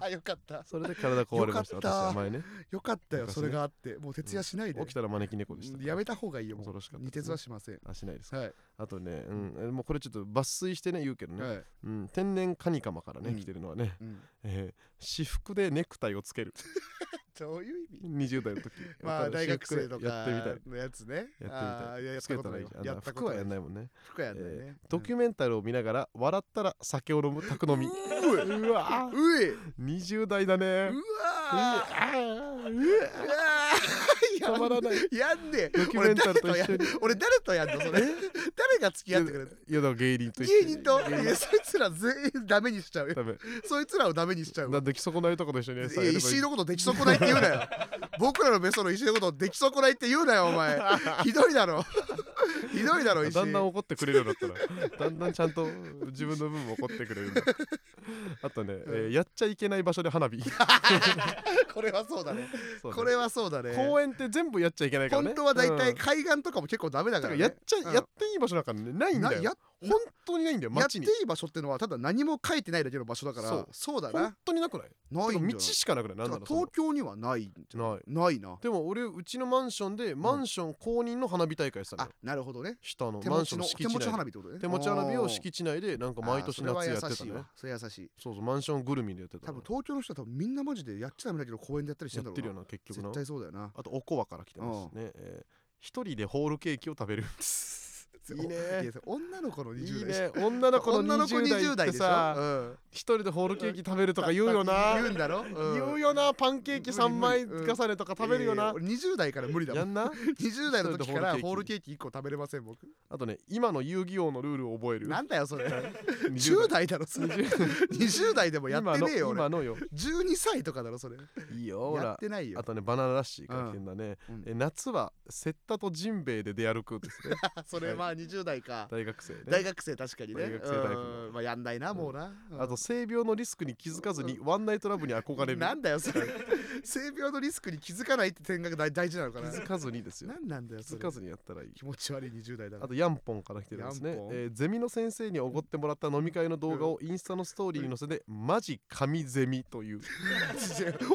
Speaker 1: た
Speaker 2: よかった
Speaker 1: それで体壊れました私
Speaker 2: よかった
Speaker 1: は前ね
Speaker 2: よかったよ、
Speaker 1: 昔ね
Speaker 2: それがあってもう徹夜しないで、
Speaker 1: 起きたら招き猫でした
Speaker 2: やめた方がいいよも
Speaker 1: 恐
Speaker 2: う
Speaker 1: ろしかった
Speaker 2: 二
Speaker 1: ですね
Speaker 2: 鉄はしません
Speaker 1: あしないですか
Speaker 2: はい、
Speaker 1: あとね、うん、えもうこれちょっと抜粋してね言うけどね、
Speaker 2: はい
Speaker 1: うん、天然カニカマからね、
Speaker 2: うん
Speaker 1: 来てるのはね、
Speaker 2: うん、
Speaker 1: えー 私服でネクタイをつける
Speaker 2: どういう意味
Speaker 1: 20代の時
Speaker 2: まあ
Speaker 1: やっぱ
Speaker 2: 大
Speaker 1: ね
Speaker 2: 学生
Speaker 1: 私服
Speaker 2: と
Speaker 1: でやってみたい
Speaker 2: かのやつね
Speaker 1: みたい
Speaker 2: あーいややっ
Speaker 1: つけ
Speaker 2: たこ
Speaker 1: た
Speaker 2: と
Speaker 1: ら
Speaker 2: ない
Speaker 1: い
Speaker 2: よ
Speaker 1: いじ
Speaker 2: や
Speaker 1: ゃん
Speaker 2: ったこ
Speaker 1: 服
Speaker 2: と
Speaker 1: は
Speaker 2: ない
Speaker 1: やんないもんね、
Speaker 2: 服はやんない
Speaker 1: え
Speaker 2: ね
Speaker 1: ードキュメンタルを見ながら笑ったら酒を飲む宅飲みうわ
Speaker 2: うえう
Speaker 1: 20代だね
Speaker 2: わ
Speaker 1: うわ
Speaker 2: ー
Speaker 1: うわ
Speaker 2: うわーやん
Speaker 1: たまらない
Speaker 2: やんねえ
Speaker 1: ドキュメンタルと一緒に
Speaker 2: 俺誰とやん俺誰とやんのそれ誰が付き合ってくれる
Speaker 1: いやだから芸人と一緒
Speaker 2: 芸人といやそいつら全員ダメにしちゃうよ
Speaker 1: ダメ
Speaker 2: そいつらをダメにしちゃう
Speaker 1: な
Speaker 2: わ
Speaker 1: んでき損ないとかと一緒にや
Speaker 2: いや石井のことでき損ないって言 うなよ 僕らのベストの石井のことでき損ないって言うなよお前ひどいだろひどいだろ石
Speaker 1: だんだん怒ってくれるようになったらだんだんちゃんと 自分の分も怒ってくれるようになった あとね、えーやっちゃいけない場所で花火
Speaker 2: これはそうだね
Speaker 1: そうね
Speaker 2: これはそうだね
Speaker 1: 公園って全部やっちゃいけないからね
Speaker 2: 本当は大
Speaker 1: う
Speaker 2: 体
Speaker 1: ん
Speaker 2: 海岸とかも結構ダメだ
Speaker 1: だ
Speaker 2: か
Speaker 1: からら
Speaker 2: ね
Speaker 1: やっちゃい、
Speaker 2: うん
Speaker 1: やっていい場所なんかねないんだ
Speaker 2: なや
Speaker 1: よ本当にないんだよ
Speaker 2: やっ
Speaker 1: 街
Speaker 2: てい
Speaker 1: に
Speaker 2: い場所ってのはただ何も書いてないだけの場所だから
Speaker 1: そ
Speaker 2: そううだ
Speaker 1: 本
Speaker 2: な
Speaker 1: 当になくない
Speaker 2: ない
Speaker 1: てか
Speaker 2: んじゃ
Speaker 1: 道しかなくないな
Speaker 2: ない
Speaker 1: んだろう
Speaker 2: だから
Speaker 1: その
Speaker 2: 東京にはないんじゃ
Speaker 1: ない
Speaker 2: ないな
Speaker 1: でも俺うちのマンションでマンション公認の花火大会してたの
Speaker 2: あ
Speaker 1: よ、
Speaker 2: なるほどね
Speaker 1: 下の
Speaker 2: 手
Speaker 1: マ
Speaker 2: 持
Speaker 1: ンショ
Speaker 2: ち
Speaker 1: ン
Speaker 2: の
Speaker 1: の敷
Speaker 2: 手
Speaker 1: 地
Speaker 2: 持
Speaker 1: 内
Speaker 2: ち
Speaker 1: で
Speaker 2: 花火ってことね
Speaker 1: 手持ち花火
Speaker 2: お
Speaker 1: を
Speaker 2: ー
Speaker 1: 敷地内でなんか毎年
Speaker 2: あー
Speaker 1: 夏やってた
Speaker 2: そ
Speaker 1: ね
Speaker 2: れは優しいわそれは優しい
Speaker 1: そうそうマンションぐるみでやってた
Speaker 2: 多
Speaker 1: の
Speaker 2: 分東京の人は多分みんなマジでやっちゃダメだけど公園でやったりして
Speaker 1: や
Speaker 2: んだ
Speaker 1: っ
Speaker 2: ろう
Speaker 1: てる
Speaker 2: な
Speaker 1: よな結局な
Speaker 2: 絶対そうだよな
Speaker 1: あとおこわから来てますね、えー一人でホールケーキを食べる いいね
Speaker 2: いやそれ女の子の
Speaker 1: いい
Speaker 2: 20代
Speaker 1: ね女の子
Speaker 2: 女
Speaker 1: の
Speaker 2: の子
Speaker 1: 20代
Speaker 2: 20代
Speaker 1: って
Speaker 2: でしょ
Speaker 1: さ
Speaker 2: うん
Speaker 1: 一人でホールケーキ食べるとか言うよな
Speaker 2: 言うんだろうん
Speaker 1: 言うよなパンケーキ3枚
Speaker 2: 無理無理うん
Speaker 1: 重ねとか食べるよ
Speaker 2: い
Speaker 1: な
Speaker 2: や
Speaker 1: い
Speaker 2: や俺20代から無理だも
Speaker 1: や
Speaker 2: ん
Speaker 1: んな
Speaker 2: 20代の時から
Speaker 1: 一人でホ
Speaker 2: ホ
Speaker 1: ー
Speaker 2: ー
Speaker 1: ル
Speaker 2: ル
Speaker 1: ケ
Speaker 2: ケーキ1個食べれません僕
Speaker 1: あとね今の遊戯王のルールを覚える
Speaker 2: なんだよそれ
Speaker 1: 20
Speaker 2: 10代だろそれ
Speaker 1: 20
Speaker 2: 20代でもやってねえよ俺
Speaker 1: 今の今のよ
Speaker 2: 12歳とかだろそれ
Speaker 1: いいよほ
Speaker 2: や
Speaker 1: ら
Speaker 2: ってないよ
Speaker 1: あとねバナナラッシーから来てんだね、
Speaker 2: うん
Speaker 1: え夏はセッタとジンベエで出歩くんですね
Speaker 2: それまあ20代か
Speaker 1: 大学生ね
Speaker 2: 大学生確かにね
Speaker 1: 大学生タイプ
Speaker 2: うんまあやんないなもうなうん
Speaker 1: あと性病のリスクに気づかずにワンナイトラブに憧れる
Speaker 2: なんだよそれ性病のリスクに気づかないって点が大大事なのか
Speaker 1: 気
Speaker 2: な
Speaker 1: づかずにですよ
Speaker 2: 何なんだよ
Speaker 1: 気
Speaker 2: そ
Speaker 1: づ
Speaker 2: れ
Speaker 1: かずにやったらいい
Speaker 2: 気持ち悪い20代だな
Speaker 1: あとヤンポンから来てるんですね
Speaker 2: ヤンポ、ン
Speaker 1: えーゼミの先生におごってもらった飲み会の動画をインスタのストーリーに載せてマジ神ゼミという
Speaker 2: 違う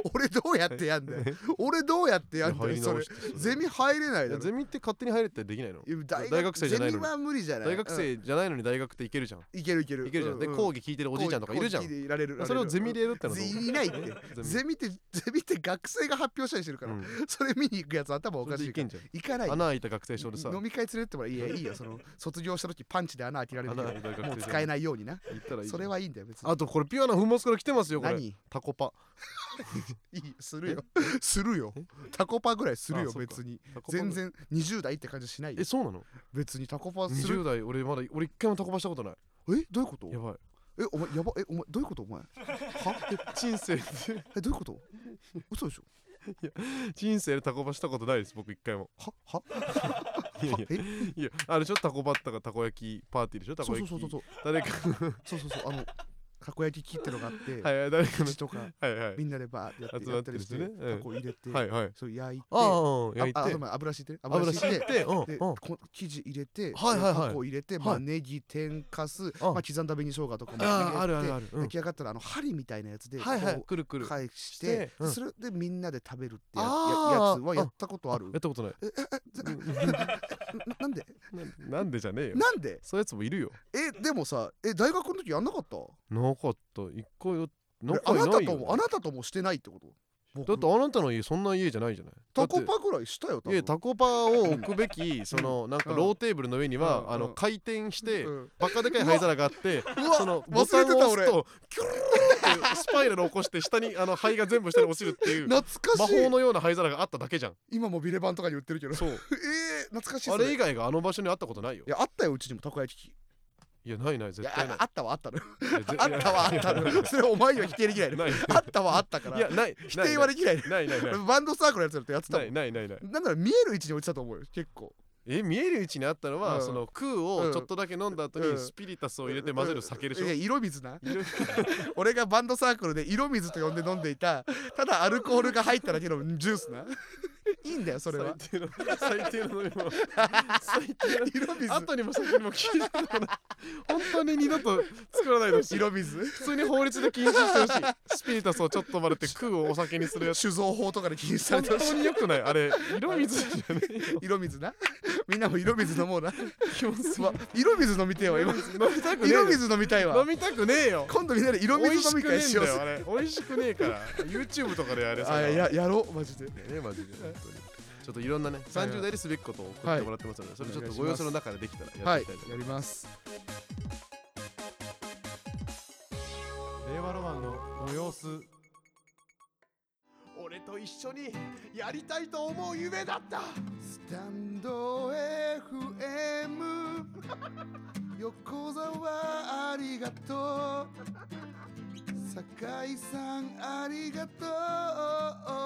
Speaker 2: 俺どうやってや んだよ俺どうやってやんだ
Speaker 1: 入
Speaker 2: よ
Speaker 1: り
Speaker 2: そ
Speaker 1: 直
Speaker 2: れ
Speaker 1: してそれ
Speaker 2: ゼミ入れない
Speaker 1: い
Speaker 2: だ
Speaker 1: や
Speaker 2: ろ
Speaker 1: ゼミって勝手に入れってできないの
Speaker 2: いや大
Speaker 1: 大学生じゃないのに
Speaker 2: ゼミは無理じゃない
Speaker 1: 大学
Speaker 2: うん
Speaker 1: 生じゃないのに大学って行けるじゃん
Speaker 2: いけるいける
Speaker 1: 行けるじゃん、で講義聞いてるおじいちゃんとかいるじゃん
Speaker 2: いられる
Speaker 1: それをゼミでやるってのはどう
Speaker 2: いないって
Speaker 1: ゼミ
Speaker 2: ゼミってゼミって学生が発表したりしてるから、
Speaker 1: うん
Speaker 2: それ見に行くやつ頭お
Speaker 1: それ
Speaker 2: か
Speaker 1: で
Speaker 2: し
Speaker 1: い
Speaker 2: いか
Speaker 1: けん
Speaker 2: ら
Speaker 1: じゃん
Speaker 2: 行かない
Speaker 1: 穴開いた学生証でさ
Speaker 2: 飲み会連れてってもらいいやいいよその卒業した時パンチで穴開けられるけ
Speaker 1: 穴開い
Speaker 2: ど
Speaker 1: た学生
Speaker 2: もう
Speaker 1: 証
Speaker 2: 使えないようにな
Speaker 1: 行ったらいいじゃ
Speaker 2: そ
Speaker 1: ん
Speaker 2: れはいいんだよ別に
Speaker 1: あとこれピュアな粉末から来てますよこれ
Speaker 2: 何
Speaker 1: タコパ
Speaker 2: いいするよするよタコパぐらいする
Speaker 1: あ
Speaker 2: よ
Speaker 1: そうか
Speaker 2: 別に
Speaker 1: タコパ
Speaker 2: 全然20代って感じしないよ
Speaker 1: えそうなの
Speaker 2: 別にタコパする
Speaker 1: 20代俺まだ俺一回もタコパしたことない
Speaker 2: えどういうこと
Speaker 1: やばい
Speaker 2: えお前やばえお前どういうことお前
Speaker 1: え人生 で
Speaker 2: えどういうこと嘘でしょ
Speaker 1: 人生でタコパしたことないです僕一回も
Speaker 2: ははい
Speaker 1: やいや
Speaker 2: え
Speaker 1: いやあれでしょタコパったかたこ焼きパーティーでしょた
Speaker 2: そ
Speaker 1: こ
Speaker 2: うそ
Speaker 1: 焼き
Speaker 2: うそうそうそう
Speaker 1: 誰か
Speaker 2: そうそうそうあのたこ焼き切ってのがあって、
Speaker 1: はいはい誰かの
Speaker 2: 口とか
Speaker 1: はいはい
Speaker 2: みんなでバーってやっ
Speaker 1: 集
Speaker 2: てや
Speaker 1: ま
Speaker 2: っ
Speaker 1: って
Speaker 2: た
Speaker 1: る
Speaker 2: り
Speaker 1: し
Speaker 2: して、
Speaker 1: ねうん
Speaker 2: たこ入れて、
Speaker 1: はいはい
Speaker 2: それ焼いて
Speaker 1: ああ焼いて
Speaker 2: ああそうまあ油敷いてる
Speaker 1: 油
Speaker 2: 油敷
Speaker 1: 敷
Speaker 2: い
Speaker 1: い
Speaker 2: て
Speaker 1: てうん
Speaker 2: で
Speaker 1: うん
Speaker 2: こ生地入れて、
Speaker 1: はいはいはい
Speaker 2: たこ入れて、
Speaker 1: はい
Speaker 2: まあ、ネギ天かす、
Speaker 1: あ
Speaker 2: まあ、刻んだ紅生姜とかも
Speaker 1: あああ
Speaker 2: 入
Speaker 1: る
Speaker 2: れ
Speaker 1: あ
Speaker 2: て
Speaker 1: るあるうん
Speaker 2: 出来上がったらあの針みたいなやつで、
Speaker 1: はいはい
Speaker 2: こ
Speaker 1: くるく
Speaker 2: う
Speaker 1: る
Speaker 2: 返して
Speaker 1: してうん
Speaker 2: それでみんなで食べるってやや
Speaker 1: あー
Speaker 2: やつはやったことある
Speaker 1: やったことない
Speaker 2: なな んで
Speaker 1: ななんでじゃねえよ
Speaker 2: なんで
Speaker 1: そういうやつもいるよ
Speaker 2: えでもさえ大学の時やんなかった
Speaker 1: なかった一回よな
Speaker 2: え
Speaker 1: んか
Speaker 2: あ
Speaker 1: ないよ
Speaker 2: なたともあなたともしてないってこと僕
Speaker 1: だってあなたの家そんな家じゃないじゃない
Speaker 2: タコ
Speaker 1: だっ
Speaker 2: パぐらいしたよ
Speaker 1: ていや
Speaker 2: 多
Speaker 1: タコパを置くべきそのなんか
Speaker 2: うん
Speaker 1: ローテーブルの上に
Speaker 2: う
Speaker 1: は
Speaker 2: ん
Speaker 1: あの
Speaker 2: うん
Speaker 1: 回転して
Speaker 2: 分うん
Speaker 1: バカでかい灰皿があって
Speaker 2: うわ
Speaker 1: そのボ
Speaker 2: 忘
Speaker 1: タ
Speaker 2: れ
Speaker 1: ン
Speaker 2: て
Speaker 1: を
Speaker 2: た
Speaker 1: 押
Speaker 2: 俺
Speaker 1: すとキュルーンってスパイラル起こして下にあの灰が全部下に落ちるっていう
Speaker 2: 懐
Speaker 1: 魔
Speaker 2: かしい
Speaker 1: 法のような灰皿があっただけじゃん
Speaker 2: 今もビレバンとかに売ってるけど
Speaker 1: そう
Speaker 2: えー、懐かしい
Speaker 1: あ
Speaker 2: そ
Speaker 1: れ
Speaker 2: れ
Speaker 1: 以
Speaker 2: い
Speaker 1: 外があの場所にあったことないよ
Speaker 2: やあったようちにもたこ焼き器
Speaker 1: いやないない
Speaker 2: い
Speaker 1: 絶
Speaker 2: や
Speaker 1: 対ない
Speaker 2: ああったはあったのよ
Speaker 1: いやぜ
Speaker 2: あったはあったのよそれお前には否定できないの
Speaker 1: ない
Speaker 2: あったはあったから
Speaker 1: いやない
Speaker 2: 否定はできないの
Speaker 1: ないないない
Speaker 2: よバンドサークルのやつだってやってた
Speaker 1: な
Speaker 2: も
Speaker 1: い
Speaker 2: ん
Speaker 1: ないないない
Speaker 2: なんなら見える位置に落ちたと思うよ結構
Speaker 1: え見える位置にあったのは、
Speaker 2: うん
Speaker 1: その空をちょっとだけ飲んだ後
Speaker 2: う
Speaker 1: に
Speaker 2: ん
Speaker 1: スピリタスを入れて混ぜる酒でしょ、
Speaker 2: いや色水な
Speaker 1: 色
Speaker 2: 俺がバンドサークルで色水と呼んで飲んでいたただアルコールが入っただけのジュースないいんだよそれは
Speaker 1: 最低の最低 の飲み物最低
Speaker 2: 色水
Speaker 1: の後にも先にも聞いたことない本当に二度と作らないでほしい
Speaker 2: 色水
Speaker 1: 普通に法律で禁止してほしいスピリタスをちょっとまれて空をお酒にす るやつ
Speaker 2: 酒造法とかで禁止さ
Speaker 1: 本
Speaker 2: れてる
Speaker 1: 当に良くないあれ色水じゃねえよ
Speaker 2: 色水な みんなも色水飲もうな
Speaker 1: 気持ち
Speaker 2: うわ色水飲みてえわ今
Speaker 1: 飲みたくねえよ
Speaker 2: 色水飲みたいわ
Speaker 1: 飲みたくねえよ
Speaker 2: 今度みんなで色
Speaker 1: 美味
Speaker 2: 水
Speaker 1: し
Speaker 2: 飲
Speaker 1: く
Speaker 2: み
Speaker 1: ね
Speaker 2: 会
Speaker 1: えん
Speaker 2: しよ
Speaker 1: だよあ
Speaker 2: う
Speaker 1: れ美味しくねえから YouTube とかでやれ
Speaker 2: あややろうマジで
Speaker 1: ねマジで本当にちょっといろんなね
Speaker 2: はい
Speaker 1: 30代ですべきことを送ってもらってますので、それちょっとご様子の中でできたらや
Speaker 2: は
Speaker 1: っ
Speaker 2: い
Speaker 1: ていきたいと思い
Speaker 2: やります
Speaker 1: ます、令和ロマンのご様子俺と一緒にやりたいと思う夢だった
Speaker 2: スタンド FM 横澤ありがとう酒井さんありがと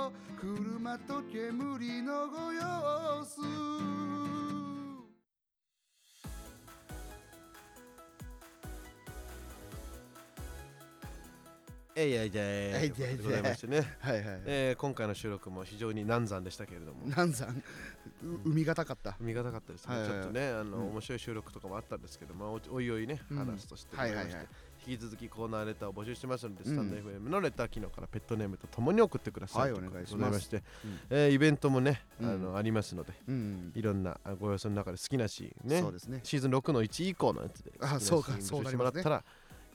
Speaker 2: う車と煙のご様子
Speaker 1: えいやいやいや
Speaker 2: え
Speaker 1: い
Speaker 2: いやいやいや
Speaker 1: やございましてね、
Speaker 2: はいはいはい
Speaker 1: えー今回の収録も非常に難産でしたけれども
Speaker 2: 南山う海がたかった
Speaker 1: 見がたかったですね、
Speaker 2: はいはいはい
Speaker 1: ちょっとねあの、
Speaker 2: うん
Speaker 1: 面白い収録とかもあったんですけど、まあ、おおいおいね
Speaker 2: うん
Speaker 1: 話としても
Speaker 2: は
Speaker 1: らい
Speaker 2: い
Speaker 1: ま
Speaker 2: は
Speaker 1: し
Speaker 2: い
Speaker 1: て、
Speaker 2: はい
Speaker 1: 引き続きコーナーレターを募集してますので、
Speaker 2: うん
Speaker 1: スタンド FM のレター機能からペットネームとともに送ってください、
Speaker 2: はい
Speaker 1: とうことで
Speaker 2: お願いし
Speaker 1: ござ
Speaker 2: ます
Speaker 1: して、
Speaker 2: うん
Speaker 1: えーイベントもねあの、
Speaker 2: う
Speaker 1: ありますので
Speaker 2: うん
Speaker 1: いろんなあご様子の中で好きなシーンね
Speaker 2: そうですね
Speaker 1: シーズン6の1以降のやつで好き
Speaker 2: あ
Speaker 1: な
Speaker 2: そうか
Speaker 1: シーン
Speaker 2: そう
Speaker 1: 募集して
Speaker 2: なり
Speaker 1: もら
Speaker 2: ま
Speaker 1: っ
Speaker 2: すね
Speaker 1: たら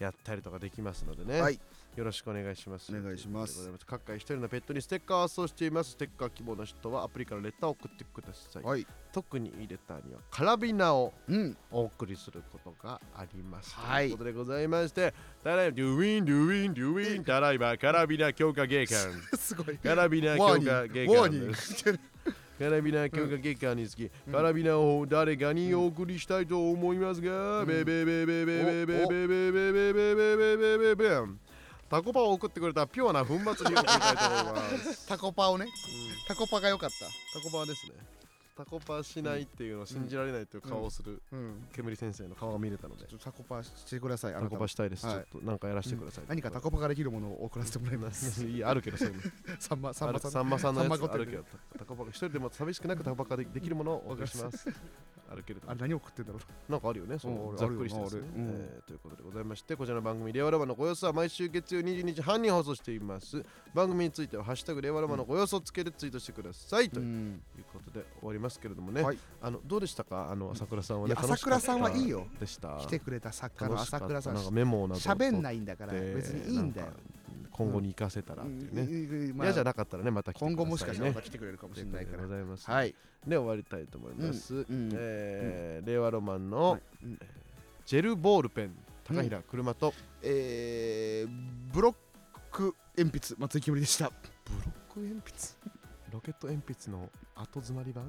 Speaker 1: やったりとかできますのでね、
Speaker 2: はい
Speaker 1: よろしくお願いします
Speaker 2: お願いします
Speaker 1: とうことでござい各回一人のペットにステッカーを発送していますステッカー希望の人はアプリからレターを送ってください、
Speaker 2: はい
Speaker 1: 特にいいレターにはカラビナを
Speaker 2: うん
Speaker 1: お送りすることがあります、
Speaker 2: は
Speaker 1: という
Speaker 2: い
Speaker 1: ことでございましてただいまドゥウィンドゥウィンドゥウィンただいまカラビナ強化芸館
Speaker 2: すごい
Speaker 1: カラビナ強
Speaker 2: ワーニ
Speaker 1: 化
Speaker 2: ン
Speaker 1: 芸
Speaker 2: グワー
Speaker 1: 館
Speaker 2: ニン
Speaker 1: で
Speaker 2: グ
Speaker 1: すカラビナ強化月間につき、カラビナを誰かにお送りしたいと思いますが、べべべべべべべべべべべべべべべべタコパを送ってくれたピュアな粉末に送りたいと思います。
Speaker 2: タコパをね
Speaker 1: うん
Speaker 2: タコパが良かっ
Speaker 1: タコパですね。タコパしないっていうのを信じられないという顔をする
Speaker 2: たうん
Speaker 1: 煙先生の顔が見れたので
Speaker 2: ちょ、っとタコパしてくださいあ
Speaker 1: タ
Speaker 2: な
Speaker 1: コ
Speaker 2: たも
Speaker 1: パしたいです。ち
Speaker 2: はい
Speaker 1: ょっとなんかやらせてください。
Speaker 2: 何かタコパができるものを送らせてもらいます
Speaker 1: いやあるけどそういうの
Speaker 2: さんまさ
Speaker 1: あ
Speaker 2: んま
Speaker 1: る
Speaker 2: さん
Speaker 1: さんまさんのやつ
Speaker 2: さんま
Speaker 1: あ
Speaker 2: 御殿
Speaker 1: るけどタコパ一人でも寂しくなくタコパがでできるものをお送りします。あるけれども
Speaker 2: あれ何送ってんだろう
Speaker 1: なんかあるよね、そ
Speaker 2: うん
Speaker 1: の
Speaker 2: ある
Speaker 1: ざっくりしたやつね
Speaker 2: ある。
Speaker 1: え
Speaker 2: あるうん
Speaker 1: ーということでございまして、こちらの番組、令和ロマンのご様子は毎週月曜22時半に放送しています。番組については、ハッシュタグ令和ロマンのご様子をつけてツイートしてくださいと
Speaker 2: う
Speaker 1: いうんことで終わりますけれどもね
Speaker 2: はい、
Speaker 1: あのどうでしたか、あの朝倉さんはいね。
Speaker 2: や
Speaker 1: 楽
Speaker 2: 朝
Speaker 1: しかった
Speaker 2: 倉さんはいいよ
Speaker 1: でした。
Speaker 2: 来てくれた作家の朝倉さ
Speaker 1: 楽しかった
Speaker 2: ん
Speaker 1: なんかメモなどを取って
Speaker 2: 喋んないんだから別にいいんだよ
Speaker 1: なか今後に生かせたらっていうね。
Speaker 2: うんまあ
Speaker 1: 嫌じゃなかったらね、また来てくださいね。
Speaker 2: 今後もしかしたらまた
Speaker 1: と
Speaker 2: 来てくれるかも
Speaker 1: い
Speaker 2: しれ
Speaker 1: うこ
Speaker 2: な
Speaker 1: と
Speaker 2: い
Speaker 1: で
Speaker 2: から
Speaker 1: ございます。
Speaker 2: はい
Speaker 1: で終わりたいと思います。
Speaker 2: うん
Speaker 1: えー令和ロマンの、
Speaker 2: はいうん
Speaker 1: ジェルボールペン高平車と、
Speaker 2: えーブロック鉛筆松井きむりでした
Speaker 1: ブロック鉛筆ロケット鉛筆の後詰まり版